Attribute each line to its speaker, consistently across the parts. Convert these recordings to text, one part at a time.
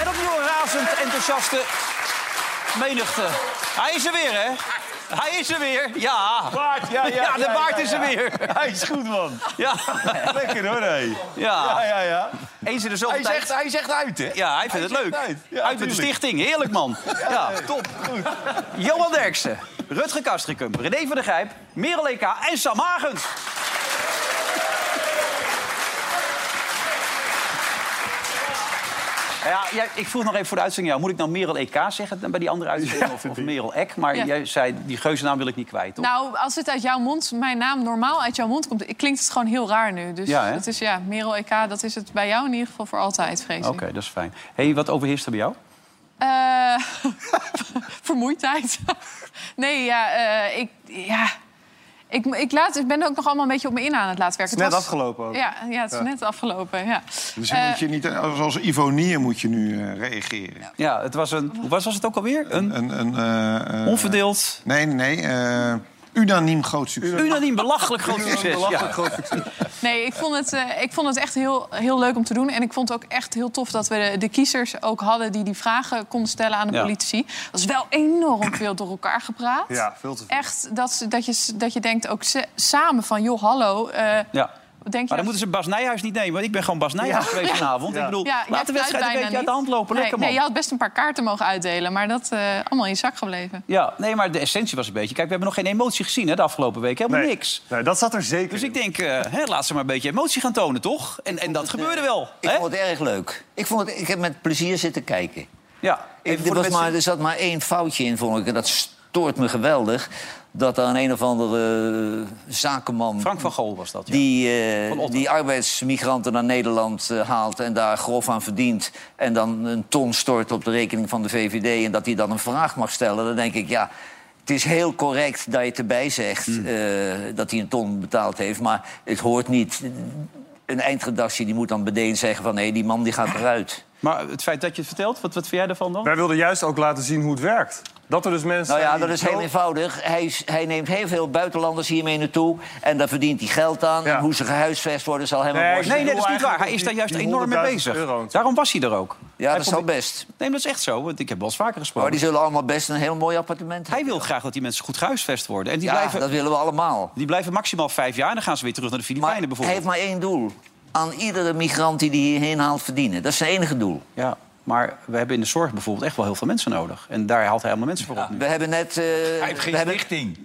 Speaker 1: En opnieuw een razend enthousiaste menigte. Hij is er weer, hè? Hij is er weer, ja.
Speaker 2: Baard, ja, ja,
Speaker 1: de
Speaker 2: ja,
Speaker 1: baard
Speaker 2: ja,
Speaker 1: is er
Speaker 2: ja.
Speaker 1: weer.
Speaker 2: Hij is goed, man.
Speaker 1: Ja.
Speaker 2: Lekker hoor, hé. Ja,
Speaker 1: ja.
Speaker 2: ja, ja.
Speaker 1: Eens in de
Speaker 2: Hij
Speaker 1: zoveel
Speaker 2: zegt,
Speaker 1: tijd.
Speaker 2: hij zegt uit, hè?
Speaker 1: Ja, hij vindt
Speaker 2: Hij
Speaker 1: het leuk.
Speaker 2: zegt uit. Ja,
Speaker 1: Uit met de
Speaker 2: tuurlijk.
Speaker 1: stichting, heerlijk man. Ja, top. Johan Derksen, Rutger Kastricum, René van der Grijp, Merel Eka en Sam Hagens. Ja, jij, ik vroeg nog even voor de uitzending jou. Moet ik nou Merel EK zeggen dan bij die andere uitzending? of, of Merel Ek? Maar
Speaker 3: Ja.
Speaker 1: jij zei, die geuzennaam wil ik niet kwijt, toch?
Speaker 3: Nou, als het uit jouw mond, mijn naam normaal uit jouw mond komt... klinkt het gewoon heel raar nu. Dus
Speaker 1: Ja, hè?
Speaker 3: dat is ja, Merel EK, dat is het bij jou in ieder geval voor altijd, vrees ik.
Speaker 1: Oké, dat is fijn. hey, wat overheerst er bij jou?
Speaker 3: Eh, vermoeidheid. nee, ja, eh, ik... Ja. Ik, ik, laat, ik ben ook nog allemaal een beetje op me in aan het laten werken.
Speaker 2: Net
Speaker 3: Het was-
Speaker 2: afgelopen ook.
Speaker 3: Ja, ja, het is net afgelopen, ja.
Speaker 4: Dus je
Speaker 3: Eh,
Speaker 4: moet je niet, als, als Ivonier moet je nu eh, reageren.
Speaker 1: Ja, het was een... Hoe was, was het ook alweer? Een
Speaker 4: Een, een, eh, eh,
Speaker 1: onverdeeld,
Speaker 4: Nee, nee, nee. eh, unaniem groot succes.
Speaker 1: unaniem belachelijk groot succes. Ja.
Speaker 3: Nee, ik vond het, eh, ik vond het echt heel, heel leuk om te doen. En ik vond het ook echt heel tof dat we de, de kiezers ook hadden... die die vragen konden stellen aan de
Speaker 1: Ja.
Speaker 3: politici. Dat is wel enorm veel door elkaar gepraat.
Speaker 2: Ja, veel te veel.
Speaker 3: Echt dat, ze- dat, je, s- dat je denkt ook ze- samen van... joh, hallo, eh,
Speaker 1: ja. Maar
Speaker 3: wat denk je...
Speaker 1: dan
Speaker 3: nou-
Speaker 1: moeten ze Bas Nijhuis niet nemen, want ik ben gewoon Bas Nijhuis geweest vanavond. Ik bedoel,
Speaker 3: Ja, jij
Speaker 1: laat de
Speaker 3: fluit
Speaker 1: wedstrijd een
Speaker 3: bijna
Speaker 1: beetje uit de
Speaker 3: niet.
Speaker 1: hand lopen.
Speaker 3: Nee,
Speaker 1: Lekker man.
Speaker 3: Nee, je had best een paar kaarten mogen uitdelen... maar dat eh, allemaal in je zak gebleven.
Speaker 1: Ja, nee, maar de essentie was een beetje... Kijk, we hebben nog geen emotie gezien hè, de afgelopen week. Helemaal
Speaker 2: Nee.
Speaker 1: niks.
Speaker 2: Nee, dat zat er zeker
Speaker 1: Dus
Speaker 2: in.
Speaker 1: ik denk, eh, hè, laat ze maar een beetje emotie gaan tonen, toch? En, en dat gebeurde wel.
Speaker 5: Ik
Speaker 1: Hè?
Speaker 5: vond het erg leuk. Ik, vond het, ik heb met plezier zitten kijken.
Speaker 1: Ja, even
Speaker 5: Ik,
Speaker 1: voor
Speaker 5: er,
Speaker 1: de
Speaker 5: was
Speaker 1: mensen-
Speaker 5: maar, er zat maar één foutje in, vond ik. En dat stoort me geweldig. Dat er een, een of andere eh, zakenman...
Speaker 1: Frank van Gool was dat, ja.
Speaker 5: Die, eh,
Speaker 1: Van Otter.
Speaker 5: die arbeidsmigranten naar Nederland eh, haalt en daar grof aan verdient. En dan een ton stort op de rekening van de VVD. En dat hij dan een vraag mag stellen. Dan denk ik, ja, het is heel correct dat je het erbij zegt
Speaker 1: Hmm.
Speaker 5: eh, dat hij een ton betaald heeft. Maar het hoort niet. Een eindredactie die moet dan meteen zeggen van... hé, die man die gaat eruit.
Speaker 1: Maar het feit dat je het vertelt, wat, wat vind jij daarvan dan?
Speaker 2: Wij wilden juist ook laten zien hoe het werkt. Dat er dus mensen...
Speaker 5: Nou ja,
Speaker 2: zijn
Speaker 5: dat
Speaker 2: die
Speaker 5: is heel
Speaker 2: zo-
Speaker 5: eenvoudig. Hij, is- hij neemt heel veel buitenlanders hiermee naartoe. En daar verdient hij geld aan.
Speaker 2: Ja.
Speaker 5: En hoe ze gehuisvest worden zal helemaal
Speaker 2: Nee,
Speaker 5: worstelen.
Speaker 1: Nee, nee, dat is niet
Speaker 2: eigenlijk
Speaker 1: waar. Hij is daar
Speaker 2: die-
Speaker 1: juist
Speaker 2: die
Speaker 1: enorm mee
Speaker 2: 100.000
Speaker 1: bezig.
Speaker 2: euro.
Speaker 1: Daarom was hij er ook.
Speaker 5: Ja,
Speaker 1: Hij
Speaker 5: dat zal
Speaker 1: probeert-
Speaker 5: best.
Speaker 1: Nee, maar dat is echt zo, want ik heb wel eens vaker gesproken.
Speaker 5: Maar die zullen allemaal best een heel mooi appartement
Speaker 1: Hij
Speaker 5: hebben.
Speaker 1: wil graag dat die mensen goed gehuisvest worden. En die,
Speaker 5: Ja,
Speaker 1: blijven,
Speaker 5: dat willen we allemaal.
Speaker 1: die blijven maximaal vijf jaar en dan gaan ze weer terug naar de
Speaker 5: Maar
Speaker 1: Filipijnen
Speaker 5: hij
Speaker 1: bijvoorbeeld.
Speaker 5: heeft maar één doel. Aan iedere migrant die die hierheen haalt verdienen. Dat is zijn enige doel.
Speaker 1: Ja, maar we hebben in de zorg bijvoorbeeld echt wel heel veel mensen nodig. En daar haalt hij helemaal mensen voor op nu.
Speaker 5: We hebben net... eh, we, hebben,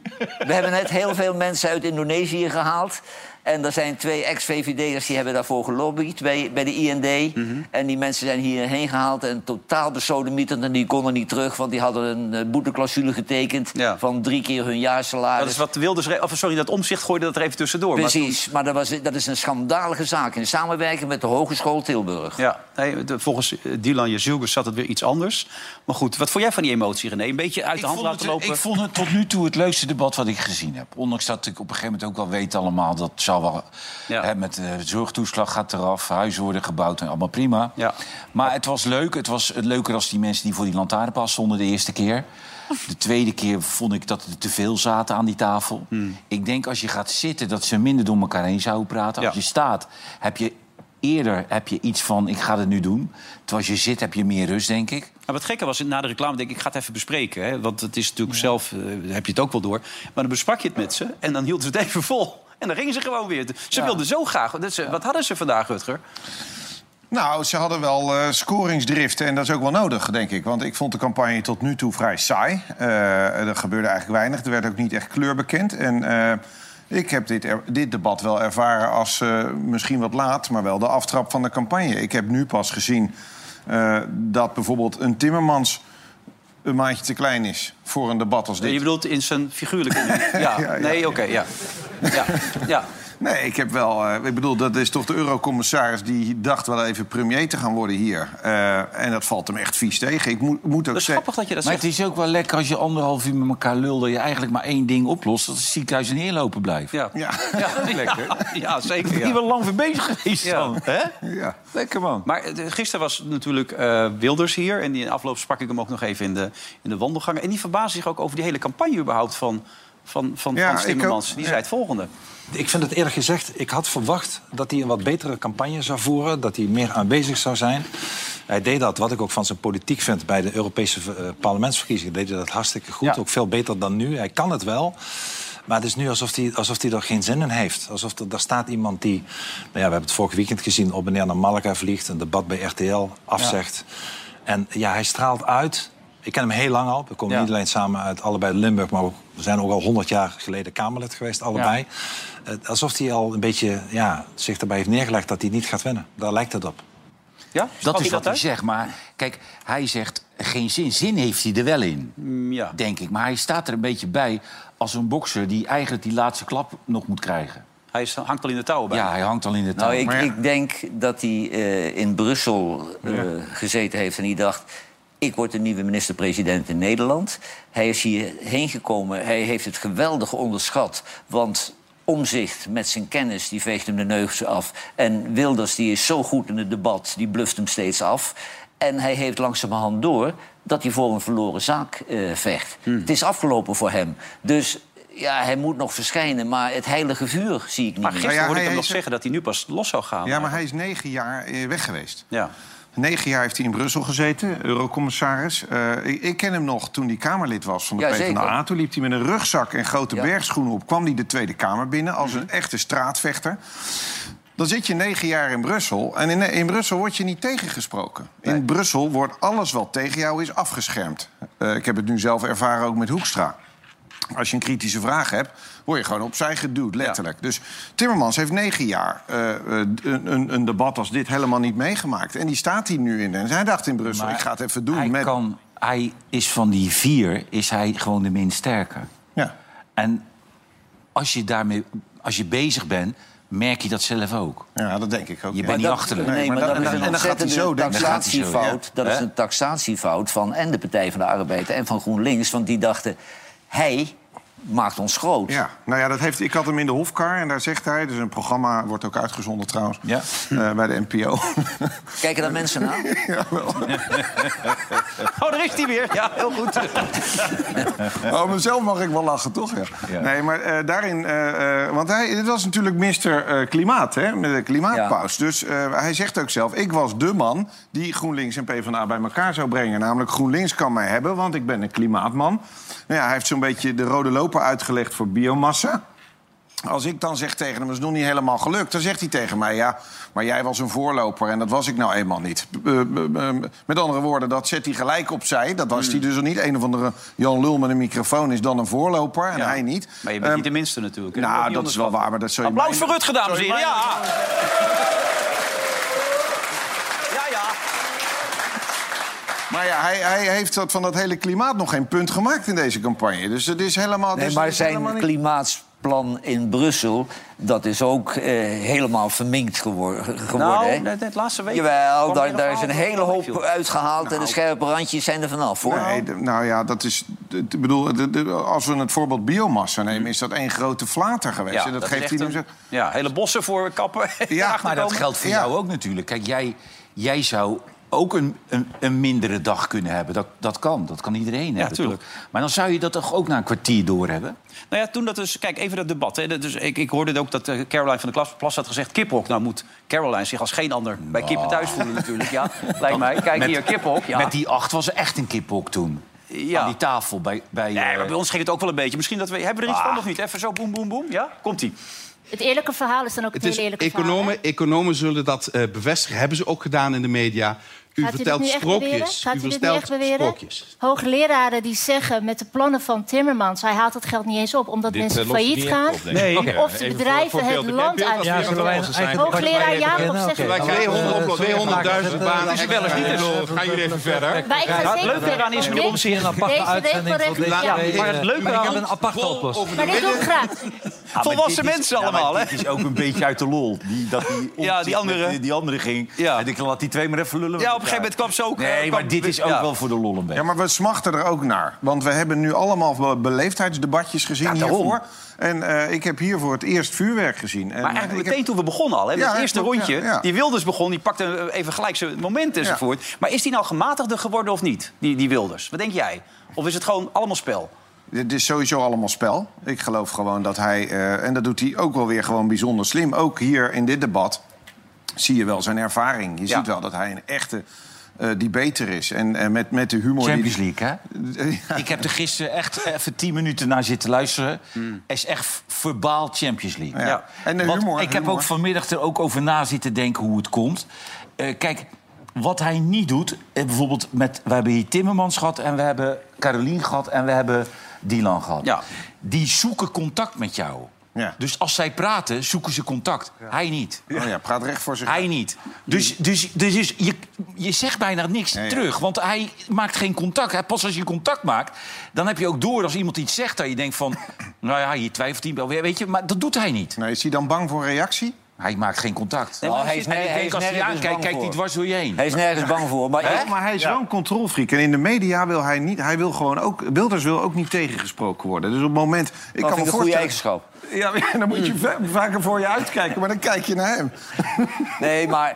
Speaker 5: we hebben net heel veel mensen uit Indonesië gehaald. En er zijn twee ex-VVD'ers die hebben daarvoor gelobbyd bij, bij de IND.
Speaker 6: Mhm.
Speaker 5: En die mensen zijn hierheen gehaald en totaal besodemieterd. En die konden niet terug, want die hadden een eh, boeteclausule getekend...
Speaker 1: Ja.
Speaker 5: van drie keer hun jaarsalaris.
Speaker 1: Dat is wat Wilders... re- Of sorry, dat omzicht gooide dat er even tussendoor. maar
Speaker 5: dus- Precies, maar dat, was, dat is een schandalige zaak... in samenwerking met de Hogeschool Tilburg.
Speaker 1: Ja, nee, de- volgens eh, Dylan Jezilgus zat het weer iets anders. Maar goed, wat vond jij van die emotie, René? Een beetje uit de hand
Speaker 6: vond
Speaker 1: laten
Speaker 6: het,
Speaker 1: lopen?
Speaker 6: Ik vond het tot nu toe het leukste debat wat ik gezien heb. Ondanks dat ik op een gegeven moment ook wel weet allemaal... dat zal wel...
Speaker 1: Ja.
Speaker 6: Hè, met eh, de zorgtoeslag gaat eraf, huizen worden gebouwd en allemaal prima.
Speaker 1: Ja.
Speaker 6: Maar het was leuk. Het was het leuker als die mensen die voor die lantaarnpaal stonden de eerste keer. De tweede keer vond ik dat er te veel zaten aan die tafel.
Speaker 1: Hmm.
Speaker 6: Ik denk als je gaat zitten dat ze minder door elkaar heen zouden praten. Als
Speaker 1: Ja.
Speaker 6: je staat heb je eerder heb je iets van ik ga het nu doen. Terwijl als je zit heb je meer rust denk ik.
Speaker 1: Maar Nou, wat gekker was, na de reclame denk ik, ik ga het even bespreken. Hè? Want het is natuurlijk zelf, eh, heb je het ook wel door. Maar dan besprak je het met ze en dan hielden ze het even vol. En dan gingen ze gewoon weer. Ze wilden zo graag. Dat ze, Wat hadden ze vandaag, Rutger?
Speaker 4: Nou, ze hadden wel eh, scoringsdriften en dat is ook wel nodig, denk ik. Want ik vond de campagne tot nu toe vrij saai. Eh, er gebeurde eigenlijk weinig. Er werd ook niet echt kleur bekend. En eh, ik heb dit, er- dit debat wel ervaren als eh, misschien wat laat... maar wel de aftrap van de campagne. Ik heb nu pas gezien eh, dat bijvoorbeeld een Timmermans een maandje te klein is voor een debat als dit.
Speaker 1: Je bedoelt in zijn figuurlijke... Ja,
Speaker 4: ja,
Speaker 1: nee,
Speaker 4: ja.
Speaker 1: oké, ja. Ja, ja.
Speaker 4: Nee, ik heb wel. eh, ik bedoel, dat is toch de eurocommissaris die dacht wel even premier te gaan worden hier. Eh, en dat valt hem echt vies tegen. Ik moet, moet ook
Speaker 1: Dat is
Speaker 4: zeggen.
Speaker 1: grappig dat je dat
Speaker 6: Maar
Speaker 1: zegt.
Speaker 6: het is ook wel lekker als je anderhalf uur met elkaar lult... dat je eigenlijk maar één ding oplost, dat het ziekenhuis in neerlopen blijft.
Speaker 1: Ja.
Speaker 4: Ja,
Speaker 1: Ja, ja, ja, zeker.
Speaker 6: Ik
Speaker 1: ja.
Speaker 6: ben wel lang mee bezig geweest
Speaker 1: Ja.
Speaker 6: dan. Hè?
Speaker 4: ja.
Speaker 6: Lekker man.
Speaker 1: Maar eh, gisteren was natuurlijk eh, Wilders hier. En in de afloop sprak ik hem ook nog even in de, in de wandelgangen. En die verbaasde zich ook over die hele campagne überhaupt van, van, van,
Speaker 4: Ja,
Speaker 1: van
Speaker 4: ik
Speaker 1: Timmermans.
Speaker 4: ook.
Speaker 1: Die zei het volgende.
Speaker 7: Ik vind het eerlijk gezegd, ik had verwacht dat hij een wat betere campagne zou voeren. Dat hij meer aanwezig zou zijn. Hij deed dat, wat ik ook van zijn politiek vind, bij de Europese eh, parlementsverkiezingen. Deed hij dat hartstikke goed.
Speaker 1: Ja.
Speaker 7: Ook veel beter dan nu. Hij kan het wel. Maar het is nu alsof hij, alsof hij er geen zin in heeft. Alsof er, daar staat iemand die, nou ja, we hebben het vorig weekend gezien, op en neer naar Malaga vliegt. Een debat bij RTL afzegt. En ja, hij straalt uit. Ik ken hem heel lang al. We komen
Speaker 1: Ja.
Speaker 7: niet alleen samen uit allebei Limburg, maar we zijn ook al 100 jaar geleden Kamerlid geweest, allebei. Eh, alsof hij al een beetje ja, zich erbij heeft neergelegd dat hij niet gaat winnen. Daar lijkt het op.
Speaker 1: Ja?
Speaker 6: Dat is wat hij
Speaker 1: hij
Speaker 6: zegt. Maar kijk, hij zegt geen zin. Zin heeft hij er wel in,
Speaker 1: Ja.
Speaker 6: denk ik. Maar hij staat er een beetje bij als een bokser... die eigenlijk die laatste klap nog moet krijgen.
Speaker 1: Hij is- hangt al in de touwen bij.
Speaker 6: Ja, hij hangt al in de touw.
Speaker 5: Nou, ik, ik denk dat hij eh, in Brussel eh, gezeten heeft en die dacht... ik word de nieuwe minister-president in Nederland. Hij is hierheen gekomen, hij heeft het geweldig onderschat... want Omzicht met zijn kennis, die veegt hem de neus af. En Wilders, die is zo goed in het debat, die bluft hem steeds af. En hij heeft langzamerhand door dat hij voor een verloren zaak eh, vecht.
Speaker 4: Hmm.
Speaker 5: Het is afgelopen voor hem. Dus ja, hij moet nog verschijnen, maar het heilige vuur zie ik niet.
Speaker 1: Maar gisteren
Speaker 5: meer.
Speaker 4: Nou ja,
Speaker 1: hoorde ik
Speaker 4: hij
Speaker 1: hem nog
Speaker 4: is-
Speaker 1: zeggen dat hij nu pas los zou gaan.
Speaker 4: ja, maar hij is negen jaar eh, weg geweest.
Speaker 1: Ja.
Speaker 4: Negen jaar heeft hij in Brussel gezeten, eurocommissaris. Eh, ik, ik ken hem nog toen hij Kamerlid was van de
Speaker 5: Ja,
Speaker 4: PvdA.
Speaker 5: zeker.
Speaker 4: Toen liep hij met een rugzak en grote
Speaker 5: Ja.
Speaker 4: bergschoenen op... kwam hij de Tweede Kamer binnen als
Speaker 1: Mhm.
Speaker 4: een echte straatvechter. Dan zit je negen jaar in Brussel en in, in Brussel word je niet tegengesproken. In Brussel wordt alles wat tegen jou is afgeschermd. Eh, ik heb het nu zelf ervaren ook met Hoekstra. Als je een kritische vraag hebt, word je gewoon opzij geduwd, letterlijk. Dus Timmermans heeft negen jaar eh, eh, een, een, een debat als dit helemaal niet meegemaakt. En die staat hier nu in. En hij dacht in Brussel,
Speaker 6: Maar
Speaker 4: ik ga het even doen.
Speaker 6: Hij,
Speaker 4: met...
Speaker 6: kan, hij is van die vier is hij gewoon de minst sterke.
Speaker 4: Ja.
Speaker 6: En als je daarmee als je bezig bent, merk je dat zelf ook.
Speaker 4: ja, dat denk ik ook.
Speaker 6: Je
Speaker 4: ja.
Speaker 6: bent niet
Speaker 5: dat-
Speaker 6: achterlijk.
Speaker 5: Nee, maar,
Speaker 4: maar
Speaker 5: dat
Speaker 4: dat-
Speaker 5: is
Speaker 4: en
Speaker 5: een
Speaker 4: dan gaat hij
Speaker 5: ontzettende
Speaker 4: zo, denk ik.
Speaker 6: Dan gaat hij
Speaker 5: taxatiefout.
Speaker 6: zo,
Speaker 5: Dat is
Speaker 6: hè?
Speaker 5: een taxatiefout van en de Partij van de Arbeid en van GroenLinks. Want die dachten, hij maakt ons groot.
Speaker 4: Ja, nou ja, dat heeft, ik had hem in de Hofkar en daar zegt hij... dus een programma wordt ook uitgezonden trouwens,
Speaker 6: Ja.
Speaker 4: eh, bij de NPO.
Speaker 5: Kijken daar mensen naar?
Speaker 1: Oh, daar is hij weer. Ja, heel goed.
Speaker 4: Oh, mezelf mag ik wel lachen, toch? Ja. Nee, maar eh, daarin... eh, eh, want hij, dit was natuurlijk Mr. eh, Klimaat, hè? Met de klimaatpaus. Dus eh, hij zegt ook zelf... ik was de man die GroenLinks en PvdA bij elkaar zou brengen. Namelijk, GroenLinks kan mij hebben, want ik ben een klimaatman. Nou ja, hij heeft zo'n beetje de rode loper uitgelegd voor biomassa... Als ik dan zeg tegen hem, dat is nog niet helemaal gelukt... dan zegt hij tegen mij, ja, maar jij was een voorloper... en dat was ik nou eenmaal niet. B- b- b- Met andere woorden, dat zet hij gelijk opzij. Dat
Speaker 1: Hmm.
Speaker 4: was hij dus al niet. Een of andere Jan Lul met een microfoon is dan een voorloper en
Speaker 1: Ja.
Speaker 4: hij niet.
Speaker 1: Maar je bent
Speaker 4: Ehm,
Speaker 1: niet de minste natuurlijk. hè?
Speaker 4: nou,
Speaker 1: niet
Speaker 4: dat is wel
Speaker 1: onderschatten.
Speaker 4: waar, maar dat zou je...
Speaker 1: Applaus
Speaker 4: mij-
Speaker 1: voor Rutger, dames en heren. Ja. Ja, ja.
Speaker 4: Maar ja, hij, hij heeft dat van dat hele klimaat nog geen punt gemaakt in deze campagne. Dus het is helemaal...
Speaker 5: Nee,
Speaker 4: dus
Speaker 5: maar
Speaker 4: het is helemaal
Speaker 5: zijn
Speaker 4: niet-
Speaker 5: klimaatplan in Brussel... dat is ook eh, helemaal verminkt gewor- geworden. hè?
Speaker 1: Nou, net, net laatste week.
Speaker 5: Jawel,
Speaker 1: kwam
Speaker 5: daar,
Speaker 1: weer
Speaker 5: daar is een
Speaker 1: verhaal
Speaker 5: hele
Speaker 1: dat het
Speaker 5: hoop
Speaker 1: meeviel.
Speaker 5: uitgehaald... en de scherpe randjes zijn er vanaf, hoor.
Speaker 4: Nou. Nee, d- nou ja, dat is. d- Ik bedoel, d- d- als we het voorbeeld biomassa nemen, is dat één grote flater geweest.
Speaker 1: Ja,
Speaker 4: en dat,
Speaker 1: dat is
Speaker 4: geeft
Speaker 1: echt
Speaker 4: hij nu
Speaker 1: een-
Speaker 4: zo.
Speaker 1: Ja, hele bossen voor kappen.
Speaker 4: Ja,
Speaker 6: Maar dat geldt voor
Speaker 4: Ja.
Speaker 6: jou ook natuurlijk. Kijk, jij, jij zou ook een, een, een mindere dag kunnen hebben. Dat, dat kan. Dat kan iedereen hebben. toch?
Speaker 1: tuurlijk.
Speaker 6: Maar dan zou je dat toch ook na een kwartier doorhebben?
Speaker 1: Nou ja, toen dat dus... Kijk, even dat debat. Hè. Dat Dus ik, ik hoorde ook dat eh, Caroline van de Klas, Plas had gezegd... Kiphok, nou moet Caroline zich als geen ander bij
Speaker 5: Nou.
Speaker 1: kippen thuis voelen natuurlijk. Ja, lijkt mij. Kijk hier, Kiphok. Ja.
Speaker 6: Met die acht was er echt een kiphok toen.
Speaker 1: Ja.
Speaker 6: Aan die tafel bij... bij
Speaker 1: Nee,
Speaker 6: eh,
Speaker 1: maar bij ons ging het ook wel een beetje. Misschien dat we... Hebben
Speaker 8: Ah,
Speaker 1: we er iets
Speaker 5: Ah.
Speaker 1: van of niet? Even zo, boem, boem, boem. Ja, komt-ie.
Speaker 9: Het eerlijke verhaal is dan ook het,
Speaker 10: Het
Speaker 9: hele
Speaker 10: is
Speaker 9: eerlijke verhaal.
Speaker 10: economen, economen zullen dat eh, bevestigen, hebben ze ook gedaan in de media.
Speaker 9: U
Speaker 10: Gaat u dit
Speaker 9: vertelt
Speaker 10: nu echt beweren?
Speaker 9: sprookjes.
Speaker 10: Gaat
Speaker 9: u
Speaker 10: u dit nu
Speaker 9: vertelt
Speaker 10: echt beweren?
Speaker 9: sprookjes.
Speaker 10: Hoogleraren die zeggen met de plannen van Timmermans... hij haalt dat geld niet eens op omdat
Speaker 9: Dit,
Speaker 10: mensen
Speaker 9: eh, lost je
Speaker 10: failliet
Speaker 9: niet
Speaker 10: gaan...
Speaker 9: op, denk ik. Nee.
Speaker 10: of
Speaker 9: Oké, even
Speaker 10: de
Speaker 9: voor-
Speaker 10: bedrijven het
Speaker 9: voorbeelden. Heb je
Speaker 10: land
Speaker 9: beeld als
Speaker 10: uit...
Speaker 9: Ja, zullen wij-
Speaker 10: Hoogleraar Jacob
Speaker 9: Jacob
Speaker 10: zegt...
Speaker 9: Wij krijgen honderd- 200.000 banen.
Speaker 1: is wel eens niet, hè?
Speaker 9: Lul, Gaan jullie even verder?
Speaker 10: Maar ik ga
Speaker 1: Ja, het
Speaker 10: zeker
Speaker 1: leuke eraan is,
Speaker 10: Deze
Speaker 1: Jeroen, zie je een aparte
Speaker 10: regel
Speaker 7: uitzending voor
Speaker 10: recht-
Speaker 7: deze
Speaker 10: ja,
Speaker 7: twee,
Speaker 1: maar het
Speaker 7: eh,
Speaker 1: leuke
Speaker 7: ik heb
Speaker 1: aan-
Speaker 7: een aparte oplossing.
Speaker 10: Maar dit doe ik graag.
Speaker 1: Volwassen mensen allemaal, hè?
Speaker 8: Het is ook een beetje uit de lol. Die, dat die, eh,
Speaker 1: Ja, die andere.
Speaker 8: Die, die andere ging.
Speaker 1: Ja.
Speaker 8: En ik laat die twee maar even lullen. met
Speaker 1: Ja, op een gegeven
Speaker 8: elkaar.
Speaker 1: moment kwam ze ook... eh,
Speaker 8: Nee, maar
Speaker 1: kwam-
Speaker 8: dit is ook
Speaker 1: ja.
Speaker 8: wel voor de lol een beetje.
Speaker 4: Ja, maar we smachten er ook naar. Want we hebben nu allemaal be- beleefdheidsdebatjes gezien
Speaker 8: daarom.
Speaker 4: hiervoor. En eh, ik heb hier voor het eerst vuurwerk gezien. En,
Speaker 1: Maar
Speaker 4: eh, ik
Speaker 1: eigenlijk
Speaker 4: heb-
Speaker 1: meteen toen we begonnen al. Hè?
Speaker 4: Ja,
Speaker 1: het
Speaker 4: ja,
Speaker 1: eerste
Speaker 4: klopt,
Speaker 1: rondje.
Speaker 4: ja, ja.
Speaker 1: Die Wilders begon, die pakte eh, even gelijk zijn moment enzovoort. Maar is die nou gematigder geworden of niet, die, die Wilders? Wat denk jij? Of is het gewoon allemaal spel?
Speaker 4: Dit is sowieso allemaal spel. Ik geloof gewoon dat hij, eh, en dat doet hij ook wel weer gewoon bijzonder slim. Ook hier in dit debat zie je wel zijn ervaring. Je
Speaker 1: Ja.
Speaker 4: ziet wel dat hij een echte eh debater is. En eh, met, met de humor...
Speaker 6: Champions
Speaker 4: die-
Speaker 6: League, hè?
Speaker 4: Ja.
Speaker 6: Ik heb er gisteren echt even tien minuten naar zitten luisteren. Het is echt verbaal Champions League.
Speaker 4: Hmm. Ja. En de
Speaker 6: Want
Speaker 4: humor,
Speaker 6: ik heb
Speaker 4: humor.
Speaker 6: ook vanmiddag er ook over na zitten denken hoe het komt. Eh, kijk, wat hij niet doet... eh, bijvoorbeeld met, we hebben hier Timmermans gehad... en we hebben Carolien gehad en we hebben Dylan gehad.
Speaker 1: Ja.
Speaker 6: Die zoeken contact met jou.
Speaker 4: Ja.
Speaker 6: Dus als zij praten, zoeken ze contact. Hij niet.
Speaker 4: Oh ja, praat recht voor zich.
Speaker 6: Hij niet. Dus, dus, dus, is- je, je zegt bijna niks
Speaker 4: ja.
Speaker 6: terug, want hij maakt geen contact. Hij- Pas als je contact maakt, dan heb je ook door als iemand iets zegt... dat je denkt van, nou ja, hier twijfelt hij wel weer, weet je. Maar dat doet hij niet.
Speaker 4: Nou, is hij dan bang voor reactie?
Speaker 6: Hij maakt geen contact.
Speaker 1: Nee,
Speaker 6: En
Speaker 1: maar
Speaker 5: Nou, hij is,
Speaker 1: En
Speaker 5: ne-
Speaker 1: ik
Speaker 6: ik
Speaker 5: hij
Speaker 6: denk,
Speaker 5: is
Speaker 6: als hij
Speaker 5: nergens
Speaker 6: aankijkt,
Speaker 5: bang
Speaker 6: kijkt hij
Speaker 5: voor.
Speaker 6: dwars door je heen.
Speaker 5: Hij is nergens bang voor. Maar ik-
Speaker 4: Maar hij is wel een controlfreak. En in de media wil hij niet... Hij wil gewoon ook... Wilders wil ook niet tegengesproken worden. Dus op het moment... Ik
Speaker 5: dat
Speaker 4: kan me
Speaker 5: vind ik een goede
Speaker 4: voorstellen-
Speaker 5: eigenschap.
Speaker 4: Ja, dan moet je va- vaker voor je uitkijken. Maar dan kijk je naar hem.
Speaker 5: Nee, maar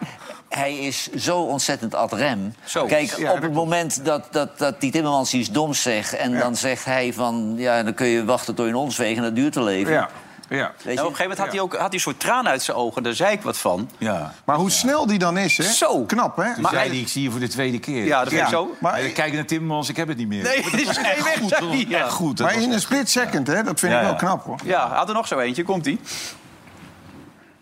Speaker 5: hij is zo ontzettend ad rem.
Speaker 1: Zo.
Speaker 5: Kijk,
Speaker 4: Ja,
Speaker 5: op het moment dat, dat, dat die Timmermans iets doms zegt... en dan zegt hij van, ja, dan kun je wachten tot je in ons wegen... en dat duurt een leven.
Speaker 4: Ja, ja.
Speaker 5: Weet
Speaker 1: En op een
Speaker 5: je?
Speaker 1: gegeven moment had hij ook had hij een soort traan uit zijn ogen. Daar zei ik wat van.
Speaker 6: Ja.
Speaker 4: Maar hoe snel die dan is, hè?
Speaker 1: Zo.
Speaker 4: Knap, hè?
Speaker 6: Maar hij die, ik zie je voor de tweede keer.
Speaker 1: Ja, dat vind ik
Speaker 4: Ja.
Speaker 1: zo.
Speaker 4: Maar-
Speaker 6: Maar ik kijk naar Timmermans, ik heb het niet meer.
Speaker 1: Nee,
Speaker 6: Maar
Speaker 1: dat is geen weg,
Speaker 6: goed,
Speaker 1: zei
Speaker 6: hoor.
Speaker 1: hij. Ja.
Speaker 6: Echt goed. Dat
Speaker 4: Maar
Speaker 6: was
Speaker 4: in een split second, hè? Dat vind
Speaker 6: Ja,
Speaker 4: ik wel
Speaker 6: ja.
Speaker 4: knap, hoor.
Speaker 1: Ja, had er nog zo eentje. Komt-ie.